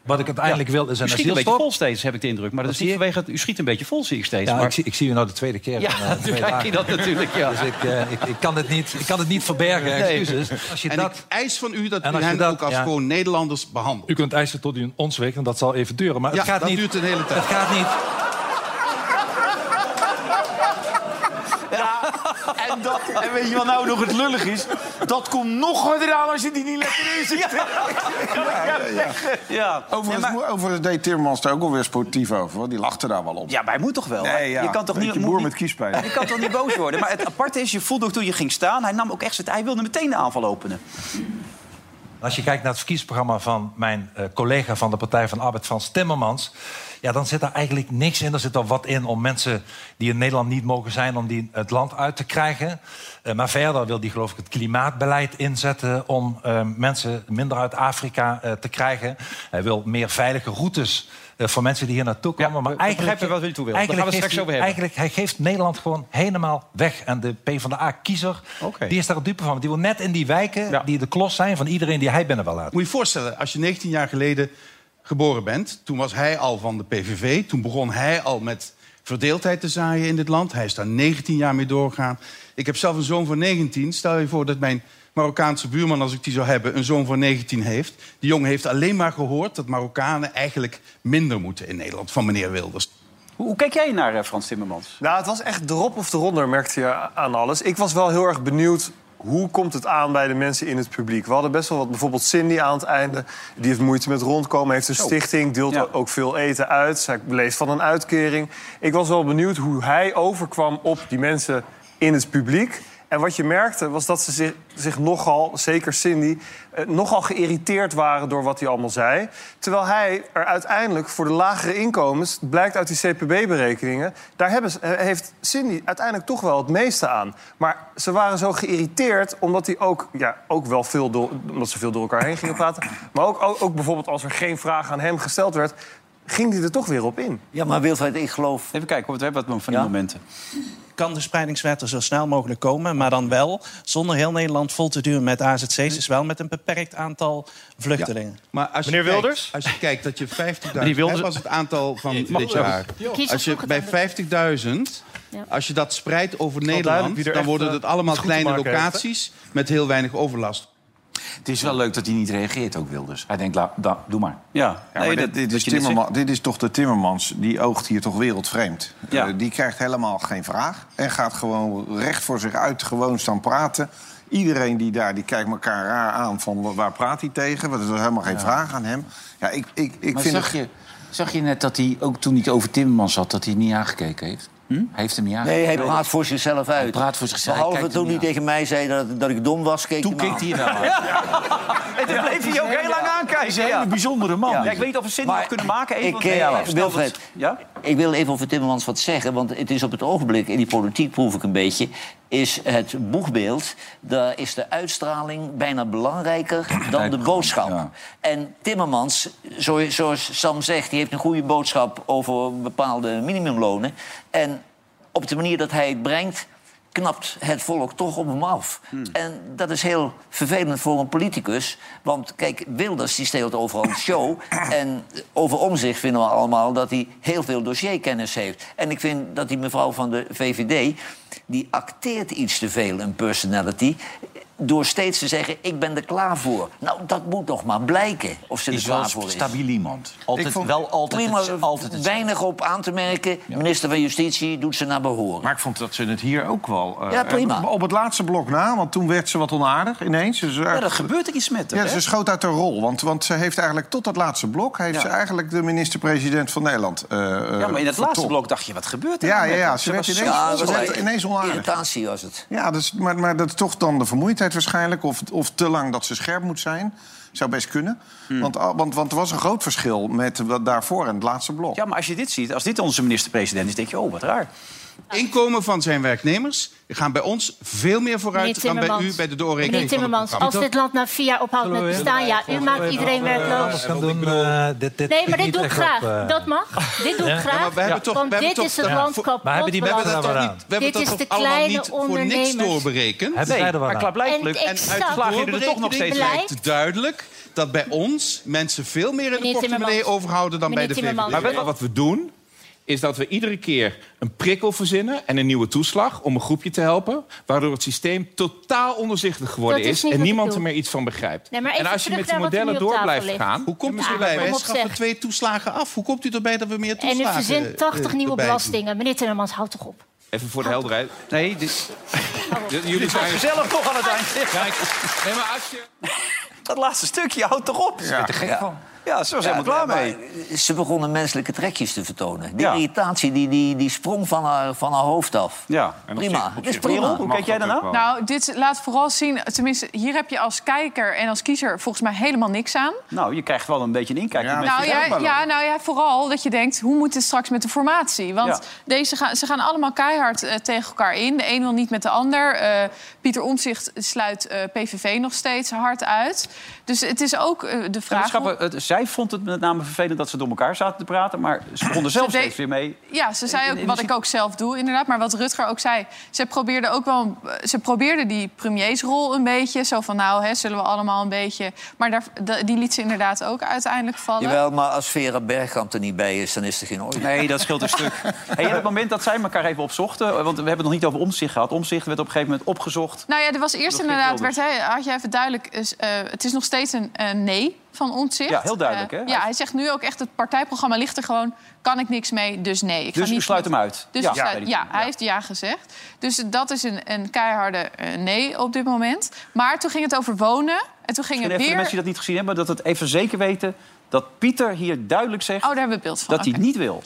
Speaker 7: Wat ik uiteindelijk wil is een
Speaker 11: Misschien een beetje
Speaker 7: asielstop.
Speaker 11: vol steeds, heb ik de indruk. Maar dat is niet vanwege... het- U schiet een beetje vol, zie ik steeds.
Speaker 7: Ja,
Speaker 11: maar...
Speaker 7: ik, zie, ik zie je nou de tweede keer. in, eh,
Speaker 11: ja
Speaker 7: twee
Speaker 11: nu krijg je
Speaker 7: dagen.
Speaker 11: dat natuurlijk, ja.
Speaker 7: Dus ik, eh, ik, ik, kan het niet, ik kan het niet verbergen,
Speaker 11: Nee.
Speaker 7: excuses. Als je
Speaker 9: En
Speaker 7: dat...
Speaker 9: ik eis van u dat
Speaker 7: En
Speaker 9: u
Speaker 7: als je
Speaker 9: hen
Speaker 7: dat-
Speaker 9: ook als
Speaker 7: ja.
Speaker 9: gewoon Nederlanders behandelt.
Speaker 7: U kunt eisen tot u een ons weegt, en dat zal even duren. Maar het
Speaker 9: Ja,
Speaker 7: gaat
Speaker 9: dat
Speaker 7: niet,
Speaker 9: duurt een hele tijd.
Speaker 7: Het gaat niet.
Speaker 6: En, dat, en weet je wat nou nog het lullig is? Dat komt nog harder aan als je die niet lekker in zit.
Speaker 1: Ja. Nee,
Speaker 4: Overigens,
Speaker 1: maar,
Speaker 4: mo- overigens deed Timmermans daar ook wel weer sportief over. hoor. Die lachte daar wel op.
Speaker 1: ja, maar hij moet toch wel?
Speaker 4: Nee, ja.
Speaker 1: Je kan toch
Speaker 4: Beetje
Speaker 1: niet, moet
Speaker 4: boer
Speaker 1: niet-
Speaker 4: met kiespijn.
Speaker 1: Je kan toch niet boos worden? Maar het aparte is, je voelde ook toen je ging staan... hij nam ook echt zijn... Hij wilde meteen de aanval openen.
Speaker 7: Als je kijkt naar het verkiezingsprogramma van mijn eh, collega van de Partij van de Arbeid, Frans Timmermans. Ja, dan zit daar eigenlijk niks in. Er zit wel wat in om mensen die in Nederland niet mogen zijn, om die het land uit te krijgen. Eh, maar verder wil die geloof ik het klimaatbeleid inzetten om eh, mensen minder uit Afrika eh, te krijgen. Hij wil meer veilige routes eh, voor mensen die hier naartoe komen. maar
Speaker 11: we begrijpen wat u toe wilt. Daar
Speaker 7: eigenlijk
Speaker 11: gaan we het
Speaker 7: geeft
Speaker 11: straks
Speaker 7: hij-
Speaker 11: over hebben.
Speaker 7: Eigenlijk, hij geeft Nederland gewoon helemaal weg. En de PvdA-kiezer,
Speaker 11: Oké.
Speaker 7: die is daar het dupe van. Want Die wil net in die wijken
Speaker 11: Ja.
Speaker 7: die de klos zijn van iedereen die hij binnen wil laten.
Speaker 9: Moet je je voorstellen, als je 19 jaar geleden geboren bent... toen was hij al van de PVV. Toen begon hij al met verdeeldheid te zaaien in dit land. Hij is daar 19 jaar mee doorgegaan. Ik heb zelf een zoon van 19. Stel je voor dat mijn Marokkaanse buurman, als ik die zou hebben... een zoon van 19 heeft. Die jongen heeft alleen maar gehoord dat Marokkanen eigenlijk minder moeten in Nederland... van meneer Wilders.
Speaker 1: Hoe, hoe kijk jij naar eh, Frans Timmermans?
Speaker 2: Nou, het was echt drop of eronder, merkte je aan alles. Ik was wel heel erg benieuwd hoe komt het aan bij de mensen in het publiek. We hadden best wel wat, bijvoorbeeld Cindy aan het einde. Die heeft moeite met rondkomen, heeft een stichting, deelt
Speaker 1: Ja.
Speaker 2: ook veel eten uit. Zij leeft van een uitkering. Ik was wel benieuwd hoe hij overkwam op die mensen in het publiek. En wat je merkte was dat ze zich, zich nogal, zeker Cindy, eh, nogal geïrriteerd waren door wat hij allemaal zei. Terwijl hij er uiteindelijk voor de lagere inkomens, het blijkt uit die CPB-berekeningen, daar hebben ze- eh, heeft Cindy uiteindelijk toch wel het meeste aan. Maar ze waren zo geïrriteerd omdat hij ook, ja, ook wel veel door, omdat ze veel door elkaar heen gingen praten. Maar ook, ook, ook bijvoorbeeld als er geen vraag aan hem gesteld werd, ging hij er toch weer op in.
Speaker 5: Ja, maar Wilfred, ik geloof...
Speaker 1: Even kijken, want we hebben wat van
Speaker 5: Ja.
Speaker 1: die momenten.
Speaker 12: kan de spreidingswet er zo snel mogelijk komen. Maar dan wel zonder heel Nederland vol te duwen met AZC's. Dus wel met een beperkt aantal vluchtelingen.
Speaker 9: Maar als je kijkt- als je kijkt dat je 50.000...
Speaker 12: Meneer Wilders-
Speaker 9: Dat was het aantal van
Speaker 12: mag
Speaker 9: dit
Speaker 12: wel.
Speaker 9: jaar.
Speaker 12: Ja. Kies
Speaker 9: Als je
Speaker 12: alsnog het
Speaker 9: bij
Speaker 12: aan de-
Speaker 9: 50.000... Als je dat spreidt over
Speaker 12: wel duidelijk wie
Speaker 9: Nederland...
Speaker 12: er
Speaker 9: dan
Speaker 12: echt,
Speaker 9: worden
Speaker 12: eh,
Speaker 9: het allemaal
Speaker 12: iets goed te
Speaker 9: kleine
Speaker 12: maken heeft, hè?
Speaker 9: locaties... met heel weinig overlast.
Speaker 6: Het is wel leuk dat hij niet reageert ook, Wilders. Hij denkt, la, da- doe maar.
Speaker 1: Ja,
Speaker 4: Ja, maar dit, dit is Timmerman- dit is toch de Timmermans, die oogt hier toch wereldvreemd. Eh, die krijgt helemaal geen vraag en gaat gewoon recht voor zich uit gewoon staan praten. Iedereen die daar, die kijkt elkaar raar aan van wa- waar praat hij tegen? Want er is helemaal geen vraag aan hem. Ja, ik, ik, ik
Speaker 6: maar
Speaker 4: vind
Speaker 6: zag,
Speaker 4: het-
Speaker 6: je, zag je net dat hij, ook toen hij het over Timmermans had... dat hij niet aangekeken heeft? Hm? Hij heeft hem niet
Speaker 5: Nee,
Speaker 6: aangekeken.
Speaker 5: hij praat voor zichzelf uit.
Speaker 6: praat voor zichzelf. Hij
Speaker 5: Behalve
Speaker 6: kijkt
Speaker 5: toen
Speaker 6: hem
Speaker 5: hij
Speaker 6: niet
Speaker 5: tegen mij zei dat, dat ik dom was, keek
Speaker 6: Toen
Speaker 5: hij me
Speaker 6: keek
Speaker 5: aan.
Speaker 6: hij je wel aan.
Speaker 1: En toen bleef hij ook heel lang aankijken.
Speaker 6: is een hele bijzondere man.
Speaker 1: Ja, ik weet niet of we zin nog kunnen maken. Even,
Speaker 5: Ik,
Speaker 1: want-
Speaker 5: eh,
Speaker 1: Ja, stel dat-
Speaker 5: Wilfred,
Speaker 1: Ja?
Speaker 5: ik wil even over Timmermans wat zeggen. Want het is op het ogenblik, in die politiek proef ik een beetje... is het boegbeeld, daar is de uitstraling bijna belangrijker dan de boodschap. En Timmermans, zo- zoals Sam zegt, die heeft een goede boodschap... over bepaalde minimumlonen. En op de manier dat hij het brengt knapt het volk toch op hem af.
Speaker 6: Hmm.
Speaker 5: En dat is heel vervelend voor een politicus. Want kijk, Wilders die steelt overal een show. en over omzicht vinden we allemaal dat hij heel veel dossierkennis heeft. En ik vind dat die mevrouw van de VVD... die acteert iets te veel een personality... door steeds te zeggen, ik ben er klaar voor. Nou, dat moet nog maar blijken of ze er
Speaker 6: is wel
Speaker 5: klaar voor
Speaker 6: een
Speaker 5: is.
Speaker 6: stabiel iemand. Altijd,
Speaker 5: Ik vond-
Speaker 6: wel altijd,
Speaker 5: Prima,
Speaker 6: het, altijd het
Speaker 5: weinig op aan te merken. Minister van Justitie doet ze naar behoren.
Speaker 4: Maar ik vond dat ze het hier ook wel... eh,
Speaker 5: Ja, prima.
Speaker 4: eh, Op het laatste blok na, want toen werd ze wat onaardig ineens. Dus ja,
Speaker 1: er gebeurt er iets met haar,
Speaker 4: Ja,
Speaker 1: hè?
Speaker 4: ze schoot uit haar rol. Want, want ze heeft eigenlijk tot dat laatste blok... heeft
Speaker 1: Ja.
Speaker 4: ze eigenlijk de minister-president van Nederland eh,
Speaker 1: ja, maar in het laatste
Speaker 4: vertolkt.
Speaker 1: blok dacht je, wat gebeurt er
Speaker 4: Ja,
Speaker 1: nou
Speaker 4: ja,
Speaker 1: met
Speaker 4: ja,
Speaker 1: hem?
Speaker 4: ze werd
Speaker 1: was
Speaker 4: ineens-
Speaker 1: zo-
Speaker 4: ze werd ineens onaardig.
Speaker 5: Irritatie was het.
Speaker 4: Ja, dus, maar, maar dat is toch dan de vermoeidheid waarschijnlijk. Of, of te lang dat ze scherp moet zijn. Zou best kunnen.
Speaker 1: Hmm.
Speaker 4: Want, ah, want, want er was een groot verschil met wat daarvoor en het laatste blok.
Speaker 1: Ja, maar als je dit ziet, als dit onze minister-president is, denk je, oh, wat raar.
Speaker 9: Inkomen van zijn werknemers gaan bij ons veel meer
Speaker 10: Meneer
Speaker 9: vooruit... dan bij
Speaker 10: Timmermans,
Speaker 9: u bij de doorrekening
Speaker 10: meneer
Speaker 9: van het
Speaker 10: Timmermans,
Speaker 9: programma.
Speaker 10: als dit land na vier jaar ophoudt met bestaan... ja, u maakt iedereen werkloos.
Speaker 7: Gaan doen, eh, dit, dit
Speaker 10: Nee, maar
Speaker 7: pikt
Speaker 10: dit
Speaker 7: niet
Speaker 10: doe ik
Speaker 7: echt op,
Speaker 10: graag.
Speaker 7: eh.
Speaker 10: Dat mag. Dit doe ik
Speaker 7: Ja, maar
Speaker 10: graag.
Speaker 7: we hebben toch-
Speaker 10: Want
Speaker 7: we hebben
Speaker 10: dit
Speaker 7: toch-
Speaker 10: is het
Speaker 7: Ja.
Speaker 10: land kapot.
Speaker 7: Maar hebben die
Speaker 10: beland.
Speaker 7: mensen dat toch niet- we hebben
Speaker 10: Dit
Speaker 7: dat
Speaker 10: is
Speaker 7: toch
Speaker 10: de
Speaker 7: allemaal
Speaker 10: kleine
Speaker 7: niet
Speaker 9: voor niks
Speaker 10: ondernemers.
Speaker 9: doorberekend.
Speaker 7: Hebben zij er wat
Speaker 9: maar
Speaker 7: aan?
Speaker 9: klaarblijkelijk.
Speaker 10: En
Speaker 9: En,
Speaker 10: ik
Speaker 9: uit de
Speaker 10: snap-
Speaker 9: slagen er toch nog steeds
Speaker 10: Blijkt-
Speaker 9: lijkt duidelijk dat bij ons mensen veel meer in de
Speaker 10: Meneer
Speaker 9: portemonnee
Speaker 10: Timmermans.
Speaker 9: overhouden dan bij
Speaker 10: Meneer
Speaker 9: de VVD.
Speaker 10: Timmermans.
Speaker 13: Maar weet je wat we doen? Is dat we iedere keer een prikkel verzinnen en een nieuwe toeslag om een groepje te helpen. Waardoor het systeem totaal onderzichtig geworden
Speaker 10: Dat is
Speaker 13: is,
Speaker 10: niet
Speaker 13: en
Speaker 10: wat ik
Speaker 13: niemand
Speaker 10: doe.
Speaker 13: er meer iets van begrijpt.
Speaker 10: Nee, maar
Speaker 13: en
Speaker 10: even
Speaker 13: als je
Speaker 10: terug
Speaker 13: met die
Speaker 10: naar wat er nu
Speaker 13: modellen
Speaker 10: op
Speaker 13: door
Speaker 10: tafel
Speaker 13: blijft
Speaker 10: ligt.
Speaker 13: gaan.
Speaker 10: Hoe komt
Speaker 9: Komt u
Speaker 10: Ja,
Speaker 9: bij?
Speaker 10: kom
Speaker 9: Wij
Speaker 10: op,
Speaker 9: schaffen
Speaker 10: zeg.
Speaker 9: twee toeslagen af. Hoe komt u erbij dat we meer
Speaker 10: En
Speaker 9: toeslagen
Speaker 10: u verzint 80
Speaker 9: eh,
Speaker 10: nieuwe
Speaker 9: erbij doen?
Speaker 10: belastingen. Meneer Timmermans, houd toch op.
Speaker 13: Even voor de helderheid.
Speaker 1: Nee, dit...
Speaker 13: jullie zijn
Speaker 1: Zelf toch aan het eind.
Speaker 13: Nee, maar als je...
Speaker 1: Dat laatste stukje, houd toch op. Ja,
Speaker 5: gek Ja. van.
Speaker 1: ja ze was
Speaker 5: Ja,
Speaker 1: helemaal klaar
Speaker 5: maar
Speaker 1: mee.
Speaker 5: Ze begonnen menselijke trekjes te vertonen. Die
Speaker 1: Ja.
Speaker 5: irritatie die, die, die sprong van haar, van haar hoofd af.
Speaker 1: Ja.
Speaker 5: Prima, dat is prima.
Speaker 1: Merel, hoe kijk jij daarna?
Speaker 3: Nou, dit laat vooral zien, tenminste, hier heb je als kijker en als kiezer volgens mij helemaal niks aan.
Speaker 1: Nou, je krijgt wel een beetje een inkijk. in
Speaker 3: Nou
Speaker 1: mensen zelf
Speaker 3: ja,
Speaker 1: maar
Speaker 3: ja,
Speaker 1: wel.
Speaker 3: nou ja, vooral dat je denkt, hoe moet dit straks met de formatie? Want
Speaker 1: Ja.
Speaker 3: deze gaan, ze gaan allemaal keihard eh, tegen elkaar in. De een wil niet met de ander. Eh, Pieter Omtzigt sluit eh, PVV nog steeds hard uit. Dus het is ook eh, de
Speaker 1: Ja, maar
Speaker 3: vraag...
Speaker 1: schappen, het- zij vond het met name vervelend dat ze door elkaar zaten te praten... maar ze begonnen zelf
Speaker 3: deed-
Speaker 1: steeds weer mee.
Speaker 3: Ja, ze zei
Speaker 1: In-
Speaker 3: ook
Speaker 1: in-
Speaker 3: wat ik ook zelf doe, inderdaad. Maar wat Rutger ook zei, ze probeerde ook wel... eh, Ze probeerde die premiersrol een beetje. Zo van, nou, hè, zullen we allemaal een beetje... Maar daar, da- die liet ze inderdaad ook uiteindelijk vallen.
Speaker 5: Jawel, maar als Vera Bergkamp er niet bij is, dan is er geen oorlog.
Speaker 1: Nee, dat scheelt een stuk. Hey, en het moment dat zij elkaar even opzochten... eh, want we hebben het nog niet over omzicht gehad. Omzicht werd op een gegeven moment opgezocht.
Speaker 3: Nou ja, er was eerst
Speaker 1: Nog
Speaker 3: inderdaad,
Speaker 1: geen
Speaker 3: werd hij, had jij even duidelijk... is, eh, het is nog steeds een eh, nee van ontzicht.
Speaker 1: Ja, heel duidelijk, hè?
Speaker 3: Ja, hij zegt nu ook echt, het partijprogramma ligt er gewoon... kan ik niks mee, dus nee. Ik ga
Speaker 1: Dus u
Speaker 3: niet
Speaker 1: sluit hem uit.
Speaker 3: Dus
Speaker 1: ja,
Speaker 3: ja,
Speaker 1: bij
Speaker 3: ja,
Speaker 1: die team.
Speaker 3: hij heeft ja gezegd. Dus dat is een, een keiharde eh, nee op dit moment. Maar toen ging het over wonen. En toen
Speaker 1: En
Speaker 3: ging het
Speaker 1: even de
Speaker 3: weer...
Speaker 1: mensen die dat niet gezien hebben, dat het even zeker weten... dat Pieter hier duidelijk zegt
Speaker 3: Oh, daar hebben we beeld van.
Speaker 1: dat hij het
Speaker 3: oké.
Speaker 1: niet wil.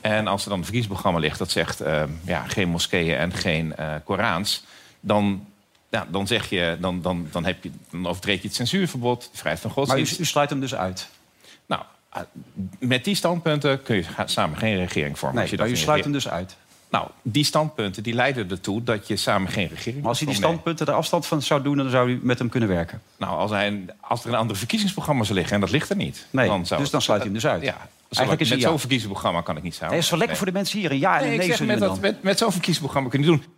Speaker 13: En als er dan een verkiezingsprogramma ligt dat zegt eh, ja, geen moskeeën en geen eh, Korans, dan, ja, dan zeg je, dan, dan, dan, heb je, dan overtreed je het censuurverbod, de vrijheid van
Speaker 1: Maar u,
Speaker 13: godsdienst.
Speaker 1: u sluit hem dus uit.
Speaker 13: Nou, ah, met die standpunten kun je ga- samen geen regering vormen. als je
Speaker 1: Nee,
Speaker 13: dat
Speaker 1: maar u
Speaker 13: in
Speaker 1: sluit
Speaker 13: rege-
Speaker 1: hem dus uit.
Speaker 13: Nou, die standpunten die leiden ertoe dat je samen geen regering
Speaker 1: Maar als hij die
Speaker 13: vormt.
Speaker 1: standpunten er afstand van zou doen... dan zou u met hem kunnen werken.
Speaker 13: Nou, als, hij, als er een ander verkiezingsprogramma zou liggen, en dat ligt er niet.
Speaker 1: Nee,
Speaker 13: zou
Speaker 1: dus dan sluit hij hem dus uit.
Speaker 13: Ja, Eigenlijk
Speaker 11: Eigenlijk is
Speaker 13: met
Speaker 11: hij ja.
Speaker 13: zo'n verkiezingsprogramma kan ik niet samen.
Speaker 11: Hij is wel lekker voor de mensen hier. Een ja en
Speaker 13: Nou, Nee,
Speaker 11: een
Speaker 13: ik
Speaker 11: nee
Speaker 13: zeg,
Speaker 11: zullen
Speaker 13: met,
Speaker 11: we
Speaker 13: dat,
Speaker 11: dan.
Speaker 13: met, met zo'n verkiezingsprogramma kun je het doen.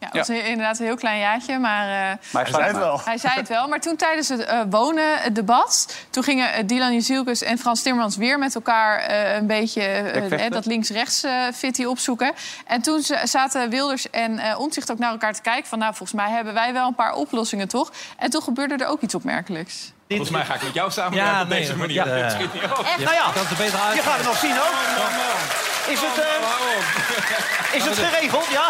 Speaker 3: Ja, dat was inderdaad een heel klein jaartje, maar, eh,
Speaker 13: hij zei het wel.
Speaker 3: Hij zei het wel. Maar toen tijdens het eh, wonen, het debat... toen gingen eh, Dylan Jezilkes en Frans Timmermans weer met elkaar... eh, een beetje eh,
Speaker 14: Bekvechten.
Speaker 3: eh, dat links-rechts eh fitty opzoeken. En toen z- zaten Wilders en eh Omtzigt ook naar elkaar te kijken... van nou, volgens mij hebben wij wel een paar oplossingen, toch? En toen gebeurde er ook iets opmerkelijks.
Speaker 13: Volgens mij ga ik met jou samen
Speaker 11: Ja,
Speaker 13: ja, op
Speaker 11: nee,
Speaker 13: deze
Speaker 11: want
Speaker 13: manier.
Speaker 11: ja.
Speaker 13: Dat schiet niet op.
Speaker 11: Echt? Nou ja, je gaat het nog zien ook. Is het, eh, is het geregeld? Ja.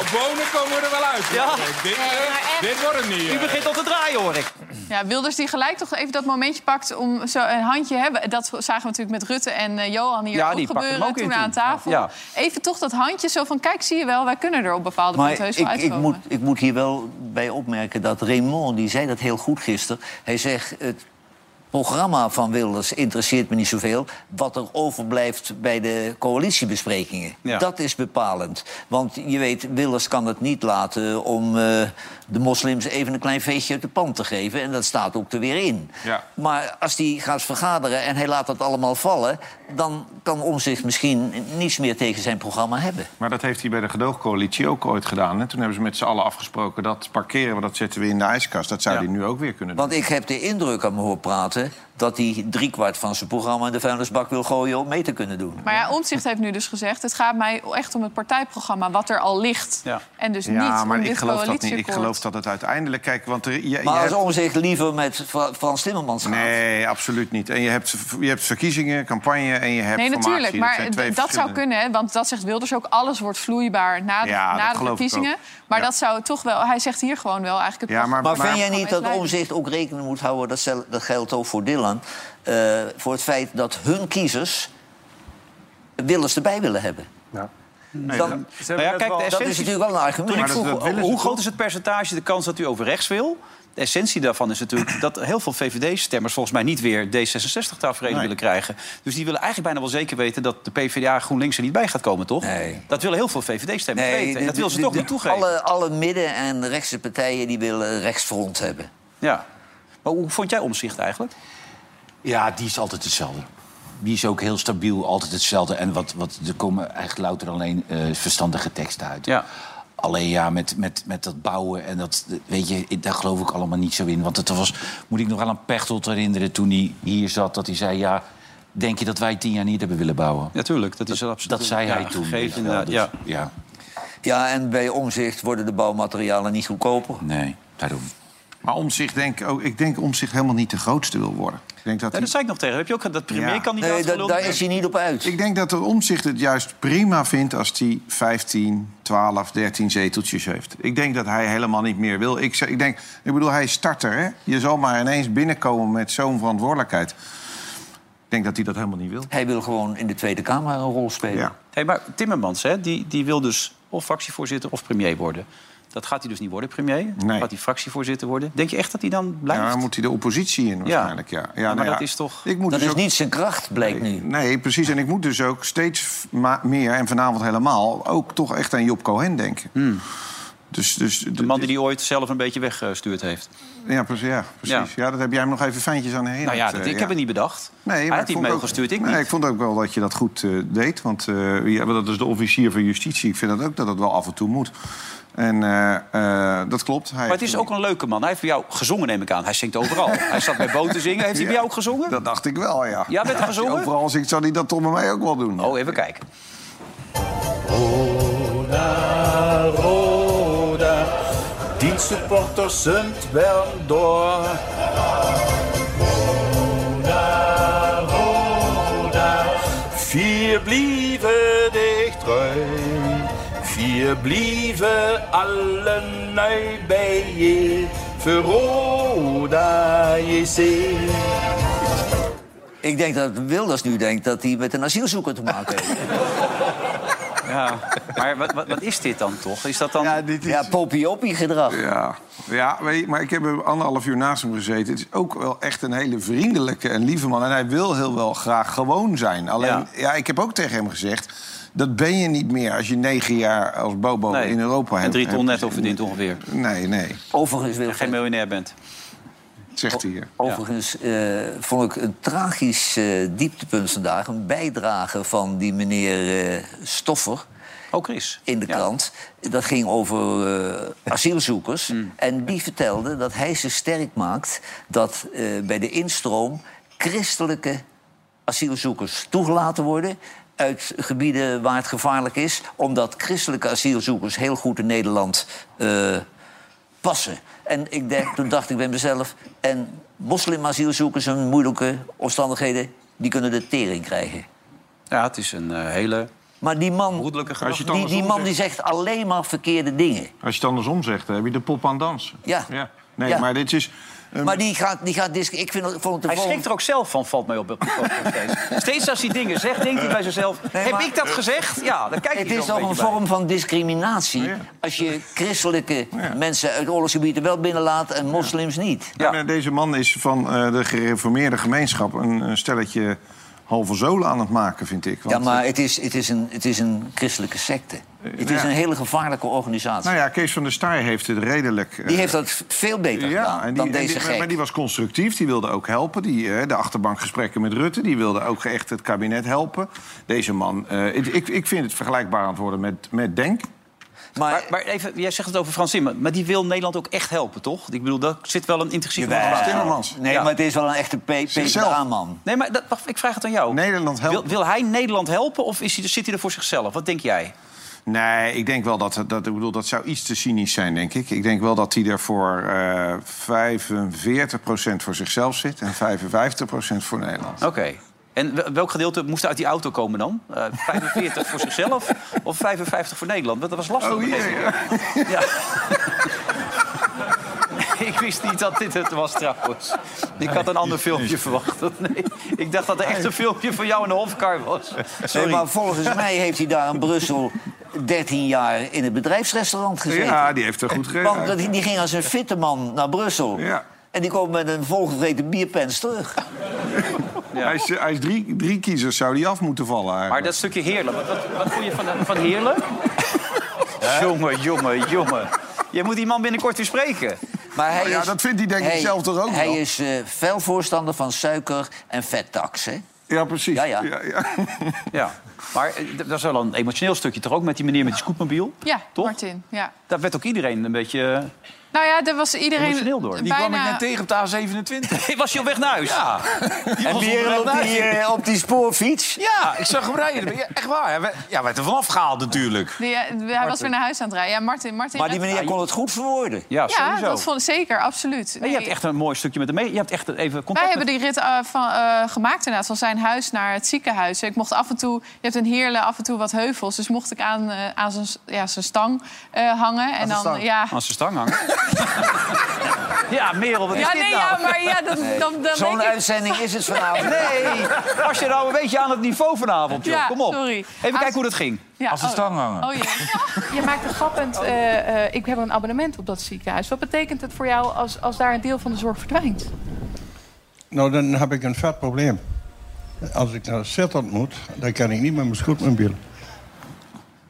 Speaker 13: Op wonen komen we er wel uit.
Speaker 11: Ja.
Speaker 13: Dit, eh, dit wordt het niet. eh.
Speaker 11: U begint al te draaien, hoor ik.
Speaker 3: Ja, Wilders die gelijk toch even dat momentje pakt om zo een handje hebben. Dat zagen we natuurlijk met Rutte en eh, Johan hier
Speaker 5: Ja,
Speaker 3: ook
Speaker 5: die pakten hem
Speaker 3: gebeuren
Speaker 5: ook in
Speaker 3: toen
Speaker 5: toen.
Speaker 3: aan tafel.
Speaker 5: Ja.
Speaker 3: Even toch dat handje zo van, kijk, zie je wel, wij kunnen er op bepaalde punten
Speaker 5: Maar
Speaker 3: heus wel
Speaker 5: ik, ik,
Speaker 3: uitkomen.
Speaker 5: moet, ik moet hier wel bij opmerken dat Raymond, die zei dat heel goed gisteren. Hij zegt, het programma van Wilders interesseert me niet zoveel. Wat er overblijft bij de coalitiebesprekingen.
Speaker 15: Ja.
Speaker 5: Dat is bepalend. Want je weet, Wilders kan het niet laten om eh, de moslims even een klein feestje uit de pand te geven. En dat staat ook er weer in.
Speaker 15: Ja.
Speaker 5: Maar als die gaat vergaderen en hij laat dat allemaal vallen... dan kan Omzicht misschien niets meer tegen zijn programma hebben.
Speaker 4: Maar dat heeft hij bij de gedoogcoalitie ook ooit gedaan. Hè? Toen hebben ze met z'n allen afgesproken... dat parkeren we, dat zetten we in de ijskast. Dat zou hij nu ook weer kunnen doen.
Speaker 5: Want ik heb de indruk aan me hoor praten... dat hij driekwart van zijn programma in de vuilnisbak wil gooien om mee te kunnen doen.
Speaker 3: Maar ja, Omtzigt heeft nu dus gezegd... het gaat mij echt om het partijprogramma, wat er al ligt. En dus
Speaker 5: Ja,
Speaker 3: niet
Speaker 5: maar
Speaker 3: om
Speaker 5: ik
Speaker 3: dit
Speaker 5: geloof dat niet. Ik
Speaker 3: coalitieakkoord.
Speaker 4: geloof dat het uiteindelijk... Kijk, want er, je,
Speaker 5: maar
Speaker 4: je
Speaker 5: als
Speaker 4: hebt-
Speaker 5: Omzicht liever met Fra- Frans Timmermans gaat...
Speaker 4: Nee, absoluut niet. En je hebt, je hebt verkiezingen, campagne en je hebt
Speaker 3: Nee,
Speaker 4: formatie.
Speaker 3: natuurlijk.
Speaker 4: Dat
Speaker 3: Maar
Speaker 4: zijn
Speaker 3: d-
Speaker 4: twee
Speaker 3: dat, zou
Speaker 4: verschillende-
Speaker 3: kunnen, hè, want dat zegt Wilders ook. Alles wordt vloeibaar na de,
Speaker 4: Ja, dat
Speaker 3: na de
Speaker 4: geloof ik
Speaker 3: verkiezingen.
Speaker 4: ook.
Speaker 3: Maar
Speaker 4: Ja.
Speaker 3: dat zou toch wel... Hij zegt hier gewoon wel eigenlijk het
Speaker 5: maar,
Speaker 3: programma
Speaker 5: vind jij
Speaker 3: van
Speaker 5: niet dat
Speaker 3: Leiden.
Speaker 5: Omzicht ook rekening moet houden... dat, zel- dat geldt ook voor Dylan... eh, voor het feit dat hun kiezers Wilders erbij willen hebben?
Speaker 2: Ja.
Speaker 5: Dan-
Speaker 1: Nou ja,
Speaker 5: Nou ja,
Speaker 1: kijk, de
Speaker 5: dat
Speaker 1: essentie-
Speaker 5: is natuurlijk wel een argument.
Speaker 1: Toen ik vroeg, hoe groot is het percentage, de kans dat u over rechts wil? De essentie daarvan is natuurlijk dat heel veel VVD-stemmers... volgens mij niet weer D66-tafereel
Speaker 5: Nee.
Speaker 1: willen krijgen. Dus die willen eigenlijk bijna wel zeker weten... dat de PvdA GroenLinks er niet bij gaat komen, toch? Dat willen heel veel VVD-stemmers weten. En dat
Speaker 5: de-
Speaker 1: wil ze
Speaker 5: de-
Speaker 1: toch
Speaker 5: de-
Speaker 1: niet toegeven.
Speaker 5: Alle, alle midden- en rechtse partijen die willen rechtsfront hebben.
Speaker 1: Ja. Maar hoe vond jij omzicht eigenlijk?
Speaker 6: Ja, die is altijd hetzelfde. Die is ook heel stabiel, altijd hetzelfde. En wat, wat, er komen eigenlijk louter alleen eh, verstandige teksten uit.
Speaker 1: Ja.
Speaker 6: Alleen ja, met, met, met dat bouwen en dat... Weet je, ik- daar geloof ik allemaal niet zo in. Want het was, moet ik nog wel aan Pechtold herinneren toen hij hier zat... dat hij zei, ja, denk je dat wij tien jaar niet hebben willen bouwen?
Speaker 1: Natuurlijk, dat is absoluut.
Speaker 6: Dat zei
Speaker 1: ja,
Speaker 6: hij toen.
Speaker 1: gegeven,
Speaker 6: weet je wel.
Speaker 1: inderdaad,
Speaker 6: Dus,
Speaker 1: ja.
Speaker 6: ja.
Speaker 5: Ja, en bij omzicht worden de bouwmaterialen niet goedkoper.
Speaker 6: Nee, daarom.
Speaker 4: Maar Omtzigt denk, ik ook, ik denk Omtzigt helemaal niet de grootste wil worden. Ik denk dat
Speaker 1: Ja, dat zei ik nog tegen. Heb je ook dat premierkandidaat
Speaker 5: Nee, dat-
Speaker 1: gelul?
Speaker 5: daar is hij niet op uit.
Speaker 4: Ik denk dat de Omtzigt het juist prima vindt als hij 15, 12, 13 zeteltjes heeft. Ik denk dat hij helemaal niet meer wil. Ik, zeg- ik denk, ik bedoel, hij is starter, hè? Je zal maar ineens binnenkomen met zo'n verantwoordelijkheid. Ik denk dat hij dat helemaal niet wil.
Speaker 5: Hij wil gewoon in de Tweede Kamer een rol spelen.
Speaker 4: Ja.
Speaker 1: Hey, maar Timmermans, hè, die, die wil dus of fractievoorzitter of premier worden. Dat gaat hij dus niet worden, premier.
Speaker 4: Nee.
Speaker 1: Gaat hij fractievoorzitter worden. Denk je echt dat hij dan blijft?
Speaker 4: Ja, dan moet hij de oppositie in waarschijnlijk, ja. ja.
Speaker 1: maar
Speaker 4: nou
Speaker 1: dat
Speaker 4: ja.
Speaker 1: is toch...
Speaker 4: Ik moet
Speaker 5: dat
Speaker 4: dus
Speaker 5: is
Speaker 4: ook-
Speaker 5: niet zijn kracht, blijkt
Speaker 4: nee,
Speaker 5: nu.
Speaker 4: Nee, precies. En ik moet dus ook steeds f- ma- meer, en vanavond helemaal... ook toch echt aan Job Cohen denken. Dus, dus,
Speaker 1: Hmm. De man die die ooit zelf een beetje weggestuurd heeft.
Speaker 4: Ja, precies. Ja, precies. Ja. dat heb jij hem nog even fijntjes aan herinnerd.
Speaker 1: nou ja, dat, ik
Speaker 4: eh,
Speaker 1: heb het niet bedacht.
Speaker 4: Nee,
Speaker 1: hij
Speaker 4: maar
Speaker 1: had die
Speaker 4: ik vond
Speaker 1: mail
Speaker 4: ook-
Speaker 1: gestuurd, ik
Speaker 4: nee,
Speaker 1: niet.
Speaker 4: Ik vond ook wel dat je dat goed eh, deed. Want eh, ja, dat is de officier van justitie. Ik vind dat ook dat dat wel af en toe moet. En eh, eh, dat klopt. Hij
Speaker 1: Maar het is ook een leuke man. Hij heeft voor jou gezongen, neem ik aan. Hij zingt overal. hij zat bij boten zingen. Heeft hij bij jou ook gezongen?
Speaker 4: Dat dacht ik wel, Oh, ja.
Speaker 1: Ja, met hem gezongen?
Speaker 4: Overal als ik zou die dat toch bij mij ook wel doen.
Speaker 1: Oh, even kijken.
Speaker 16: Roda, Roda, die supporters sind werden door. Roda, Roda, vier blieven dicht treu. Vier blieven alle neu bij je, voor Roda JC.
Speaker 5: Ik denk dat Wilders nu denkt dat hij met een asielzoeker te maken heeft.
Speaker 1: Ja. Maar wat, wat, wat is dit dan toch? Is dat dan... Ja,
Speaker 5: Ja, popiopi-gedrag.
Speaker 4: Ja, ja weet je, maar ik heb hem anderhalf uur naast hem gezeten. Het is ook wel echt een hele vriendelijke en lieve man. En hij wil heel wel graag gewoon zijn. Alleen, ja. ik heb ook tegen hem gezegd... dat ben je niet meer als je negen jaar als Bobo
Speaker 1: Nee.
Speaker 4: in Europa
Speaker 1: En
Speaker 4: hebt.
Speaker 1: drie ton
Speaker 4: hebt-
Speaker 1: netto verdient ongeveer.
Speaker 4: Nee, nee.
Speaker 5: Overigens wil
Speaker 1: geen miljonair bent.
Speaker 4: zegt hij hier.
Speaker 5: Overigens eh, vond ik een tragisch eh, dieptepunt vandaag. Een bijdrage van die meneer eh, Stoffer.
Speaker 1: Ook Chris.
Speaker 5: In de krant. Dat ging over eh, asielzoekers. En die vertelde dat hij zich sterk maakt dat eh, bij de instroom christelijke asielzoekers toegelaten worden. Uit gebieden waar het gevaarlijk is, omdat christelijke asielzoekers heel goed in Nederland eh, passen. En ik denk, toen dacht ik bij mezelf... en moslimasielzoekers hun moeilijke omstandigheden... die kunnen de tering krijgen.
Speaker 1: Ja, het is een eh, hele...
Speaker 5: Maar die man,
Speaker 4: Als je het
Speaker 5: die, die
Speaker 4: andersom
Speaker 5: man die
Speaker 4: zegt.
Speaker 5: zegt alleen maar verkeerde dingen.
Speaker 4: Als je het andersom zegt, dan heb je de pop aan dansen.
Speaker 5: Ja.
Speaker 4: Nee,
Speaker 5: Ja.
Speaker 4: maar dit is... ehm,
Speaker 5: Maar die gaat, die gaat dis- ik vind, het- vond het een
Speaker 1: Hij
Speaker 5: vol-
Speaker 1: schrikt er ook zelf van, valt mij op. op- op- op- steeds. Steeds als hij dingen zegt, denkt hij bij zichzelf...
Speaker 5: Nee,
Speaker 1: heb
Speaker 5: maar-
Speaker 1: ik dat gezegd? Ja, dan kijk
Speaker 5: Het
Speaker 1: je
Speaker 5: is
Speaker 1: zo
Speaker 5: toch een
Speaker 1: beetje bij.
Speaker 5: vorm van discriminatie... als je christelijke mensen uit oorlogsgebieden wel binnenlaat... en moslims niet.
Speaker 4: Nou, nou, Deze man is van eh, de gereformeerde gemeenschap een, een stelletje halve zolen aan het maken, vind ik.
Speaker 5: Ja,
Speaker 4: Want, eh,
Speaker 5: maar het is, het is, een, het is een christelijke secte. Het is
Speaker 4: ja.
Speaker 5: een hele gevaarlijke organisatie.
Speaker 4: Nou ja, Kees van der Staaij heeft het redelijk... eh,
Speaker 5: Die heeft dat veel beter gedaan
Speaker 4: en die-
Speaker 5: dan
Speaker 4: en
Speaker 5: deze
Speaker 4: die- maar-
Speaker 5: gek.
Speaker 4: Maar die was constructief, die wilde ook helpen. Die, eh, de achterbankgesprekken met Rutte, die wilde ook echt het kabinet helpen. Deze man, eh, ik- ik, ik vind het vergelijkbaar aan het worden met, met Denk.
Speaker 5: Maar,
Speaker 1: maar even, jij zegt het over Frans Timmermans. Maar die wil Nederland ook echt helpen, toch? Ik bedoel, daar zit wel een intrinsieke
Speaker 5: Jawel.
Speaker 1: motivatie.
Speaker 5: Timmermans. Nee, maar het is wel een echte PvdA-man.
Speaker 1: Nee, maar dat, wacht, ik vraag het aan jou.
Speaker 4: Nederland
Speaker 1: helpen. Wil, wil hij Nederland helpen of is hij, zit hij er voor zichzelf? Wat denk jij?
Speaker 4: Nee, ik denk wel dat, dat... Ik bedoel, dat zou iets te cynisch zijn, denk ik. Ik denk wel dat hij er voor eh 45 voor zichzelf zit... en 55 voor Nederland.
Speaker 1: Oké. En wel- welk gedeelte moest uit die auto komen dan? Eh, 45 voor zichzelf of 55 voor Nederland? Want dat was lastig.
Speaker 4: Oh,
Speaker 1: op een
Speaker 4: jee,
Speaker 1: gegeven moment. Ja. ik wist niet dat dit het was trouwens. Ik had een ander filmpje verwacht. Nee, ik dacht dat er echt een filmpje van jou in de hofkar was. Sorry.
Speaker 5: Nee, maar volgens mij heeft hij daar in Brussel 13 jaar in het bedrijfsrestaurant gezeten.
Speaker 4: Ja, die heeft er goed gereden.
Speaker 5: Want dat- die ging als een fitte man naar Brussel.
Speaker 4: Ja.
Speaker 5: En die komt met een volgevreten bierpens terug.
Speaker 4: Hij is, hij is drie, drie kiezers, zou die af moeten vallen eigenlijk.
Speaker 1: Maar dat stukje Heerlen, wat, wat, wat vond je van, van Heerlen? jongen, jongen, jongen. Je moet die man binnenkort weer spreken.
Speaker 5: Maar hij
Speaker 1: Nou ja, dat vindt hij denk ik
Speaker 5: hij-
Speaker 1: zelf toch ook
Speaker 5: Hij
Speaker 1: wel?
Speaker 5: is eh fel voorstander van suiker en vettax, hè?
Speaker 4: Ja, precies.
Speaker 5: Ja, ja.
Speaker 1: Ja, maar eh, d- dat is wel een emotioneel stukje toch ook met die meneer met die scootmobiel?
Speaker 3: Ja, Martin. Ja.
Speaker 1: Daar werd ook iedereen een beetje
Speaker 3: Nou ja, daar was
Speaker 1: eh,
Speaker 3: iedereen
Speaker 1: emotioneel door.
Speaker 3: bijna...
Speaker 1: op de A27. was hij op weg naar huis? Ja.
Speaker 5: En weer op die, eh, op die spoorfiets?
Speaker 8: Ja, ik zag hem rijden. Ja, Echt waar. Ja, wij- Ja, werd er vanaf gehaald natuurlijk.
Speaker 3: Die, eh, hij was weer naar huis aan het rijden. Ja, Martin, Martin Rutger-
Speaker 5: het goed verwoorden.
Speaker 1: Ja,
Speaker 3: Ja,
Speaker 1: sowieso.
Speaker 3: dat vond ik zeker, absoluut.
Speaker 1: Nee, je
Speaker 3: Nee.
Speaker 1: hebt echt een mooi stukje met hem mee. Je hebt echt even
Speaker 3: Wij
Speaker 1: contact
Speaker 3: hebben die rit eh, van, eh, gemaakt inderdaad, van zijn huis naar het ziekenhuis. Ik mocht af en toe, je hebt een heerle, af en toe wat heuvels. Dus mocht ik aan, eh, aan zijn, ja, zijn stang eh, hangen. en dan, Ja,
Speaker 1: Als ze stang hangen. ja, Merel, wat is
Speaker 3: Ja,
Speaker 1: dit
Speaker 3: nee,
Speaker 1: nou?
Speaker 3: ja, maar ja, dat- dat- dat weet
Speaker 5: Zo'n
Speaker 3: ik-
Speaker 5: uitzending is het vanavond.
Speaker 1: Nee, was je nou een beetje aan het niveau vanavond, joh.
Speaker 3: Ja,
Speaker 1: Kom op.
Speaker 3: sorry.
Speaker 1: Even kijken hoe dat ging.
Speaker 14: Ja,
Speaker 1: Als ze
Speaker 14: oh.
Speaker 1: stang hangen.
Speaker 14: Oh, je, je maakt een grap en eh, eh, ik heb een abonnement op dat ziekenhuis. Wat betekent het voor jou als, als daar een deel van de zorg verdwijnt?
Speaker 15: Nou, dan heb ik een vet probleem. Als ik naar Sittard moet, dan kan ik niet met mijn scootmobiel.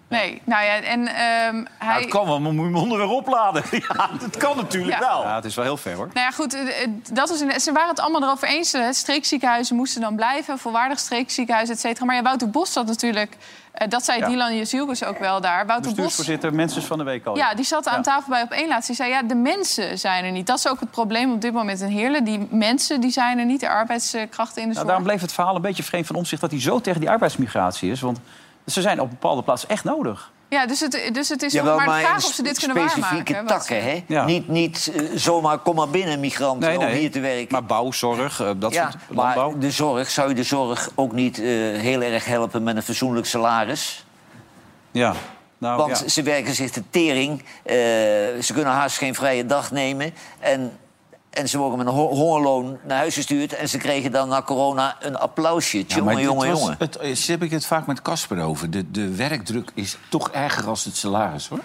Speaker 3: nee, nou ja, en ehm, hij...
Speaker 8: Het kan wel, maar moet je hem onderweg opladen. Ja, dat kan natuurlijk
Speaker 3: Ja.
Speaker 8: wel.
Speaker 1: Ja, het is wel heel ver, hoor.
Speaker 3: Nou ja, goed, eh, eh, dat was in, ze waren het allemaal erover eens. hè. Streekziekenhuizen moesten dan blijven, volwaardig streekziekenhuis, et cetera. Maar ja, Wouter Bos zat natuurlijk... eh, dat zei
Speaker 1: Ja.
Speaker 3: Dylan Jezielkus ook wel daar. Wouter Bos
Speaker 1: Bestuursvoorzitter, mensen van de week al.
Speaker 3: Ja, die zat aan tafel bij op één laatst. Die zei, ja, de mensen zijn er niet. Dat is ook het probleem op dit moment in Heerlen. Die mensen die zijn er niet, de arbeidskrachten in
Speaker 1: Nou,
Speaker 3: de zorg.
Speaker 1: daarom bleef het verhaal een beetje vreemd van omzicht dat hij zo tegen die arbeidsmigratie is. Want ze zijn op bepaalde plaatsen echt nodig.
Speaker 3: Ja, dus het, dus het is
Speaker 5: Jawel,
Speaker 3: nog maar de vraag
Speaker 5: in
Speaker 3: of ze dit kunnen
Speaker 5: specifieke
Speaker 3: waarmaken. hè, eh, wat ze-
Speaker 5: takken, hè? Niet, niet eh, zomaar kom maar binnen, migrant,
Speaker 1: Nee,
Speaker 5: om
Speaker 1: nee.
Speaker 5: hier te werken.
Speaker 1: Maar bouw, zorg, eh, dat
Speaker 5: ja,
Speaker 1: soort landbouw.
Speaker 5: maar de zorg, zou je de zorg ook niet eh, heel erg helpen met een verzoenlijk salaris?
Speaker 1: Ja. Nou,
Speaker 5: Want
Speaker 1: ja.
Speaker 5: ze werken zich de tering, eh, ze kunnen haast geen vrije dag nemen... En, en ze worden met een ho- hongerloon naar huis gestuurd... en ze kregen dan na corona een applausje. Jongen,
Speaker 6: maar
Speaker 5: jongen,
Speaker 6: dit was-
Speaker 5: jongen.
Speaker 6: Het, eh, daar heb ik het vaak met Casper over. De, de werkdruk is toch erger als het salaris, hoor.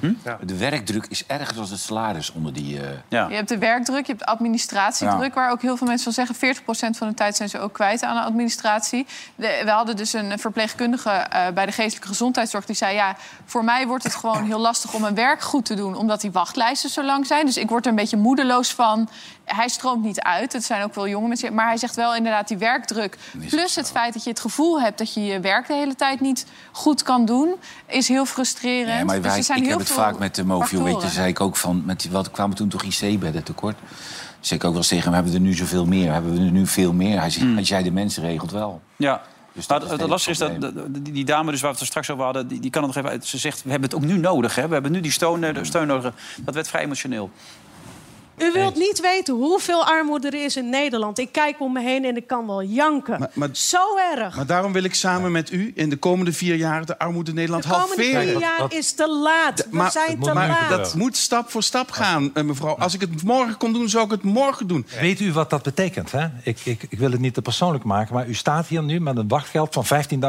Speaker 5: Hm?
Speaker 6: De werkdruk is erger dan het salaris onder die... eh,
Speaker 3: Je hebt de werkdruk, je hebt de administratiedruk... waar ook heel veel mensen van zeggen... 40% van de tijd zijn ze ook kwijt aan de administratie. De- we hadden dus een verpleegkundige eh, bij de geestelijke gezondheidszorg... die zei, ja, voor mij wordt het gewoon heel lastig om mijn werk goed te doen... omdat die wachtlijsten zo lang zijn. Dus ik word er een beetje moedeloos van. Hij stroomt niet uit, het zijn ook wel jonge mensen. Maar hij zegt wel inderdaad die werkdruk. Plus het feit dat je het gevoel hebt dat je je werk de hele tijd niet goed kan doen... is heel frustrerend.
Speaker 6: Nee, maar
Speaker 3: Dus er
Speaker 6: wij,
Speaker 3: zijn
Speaker 6: ik
Speaker 3: heel
Speaker 6: heb het
Speaker 3: veel
Speaker 6: vaak met de Movio. Weet je,
Speaker 3: factoren.
Speaker 6: zei ik ook van. Met, wat kwamen toen toch IC-bedden tekort? Zeg ik ook wel eens tegen hem: hebben we er nu zoveel meer? Hebben we er nu veel meer? Hij
Speaker 5: Hm.
Speaker 6: zei: als jij de mensen regelt wel.
Speaker 1: Ja.
Speaker 6: Dus
Speaker 1: Maar
Speaker 6: dat is
Speaker 1: het
Speaker 6: het
Speaker 1: lastige is dat dat- dat- die, die dame, dus waar we het er straks over hadden, die, die kan het nog even uit. Ze zegt: We hebben het ook nu nodig. Hè? We hebben nu die steun, eh, de steun nodig. Dat werd vrij emotioneel.
Speaker 17: U wilt niet weten hoeveel armoede er is in Nederland. Ik kijk om me heen en ik kan wel janken. Zo erg.
Speaker 9: Maar daarom wil ik samen met u in de komende vier jaar de armoede in Nederland
Speaker 17: De komende
Speaker 9: halveren.
Speaker 17: vier jaar is te laat. We
Speaker 9: maar
Speaker 17: zijn te
Speaker 9: maar
Speaker 17: laat.
Speaker 9: dat moet stap voor stap gaan, eh, mevrouw. Als ik het morgen kon doen, zou ik het morgen doen.
Speaker 7: Weet u wat dat betekent? Hè? Ik, ik, ik wil het niet te persoonlijk maken, maar u staat hier nu met een wachtgeld van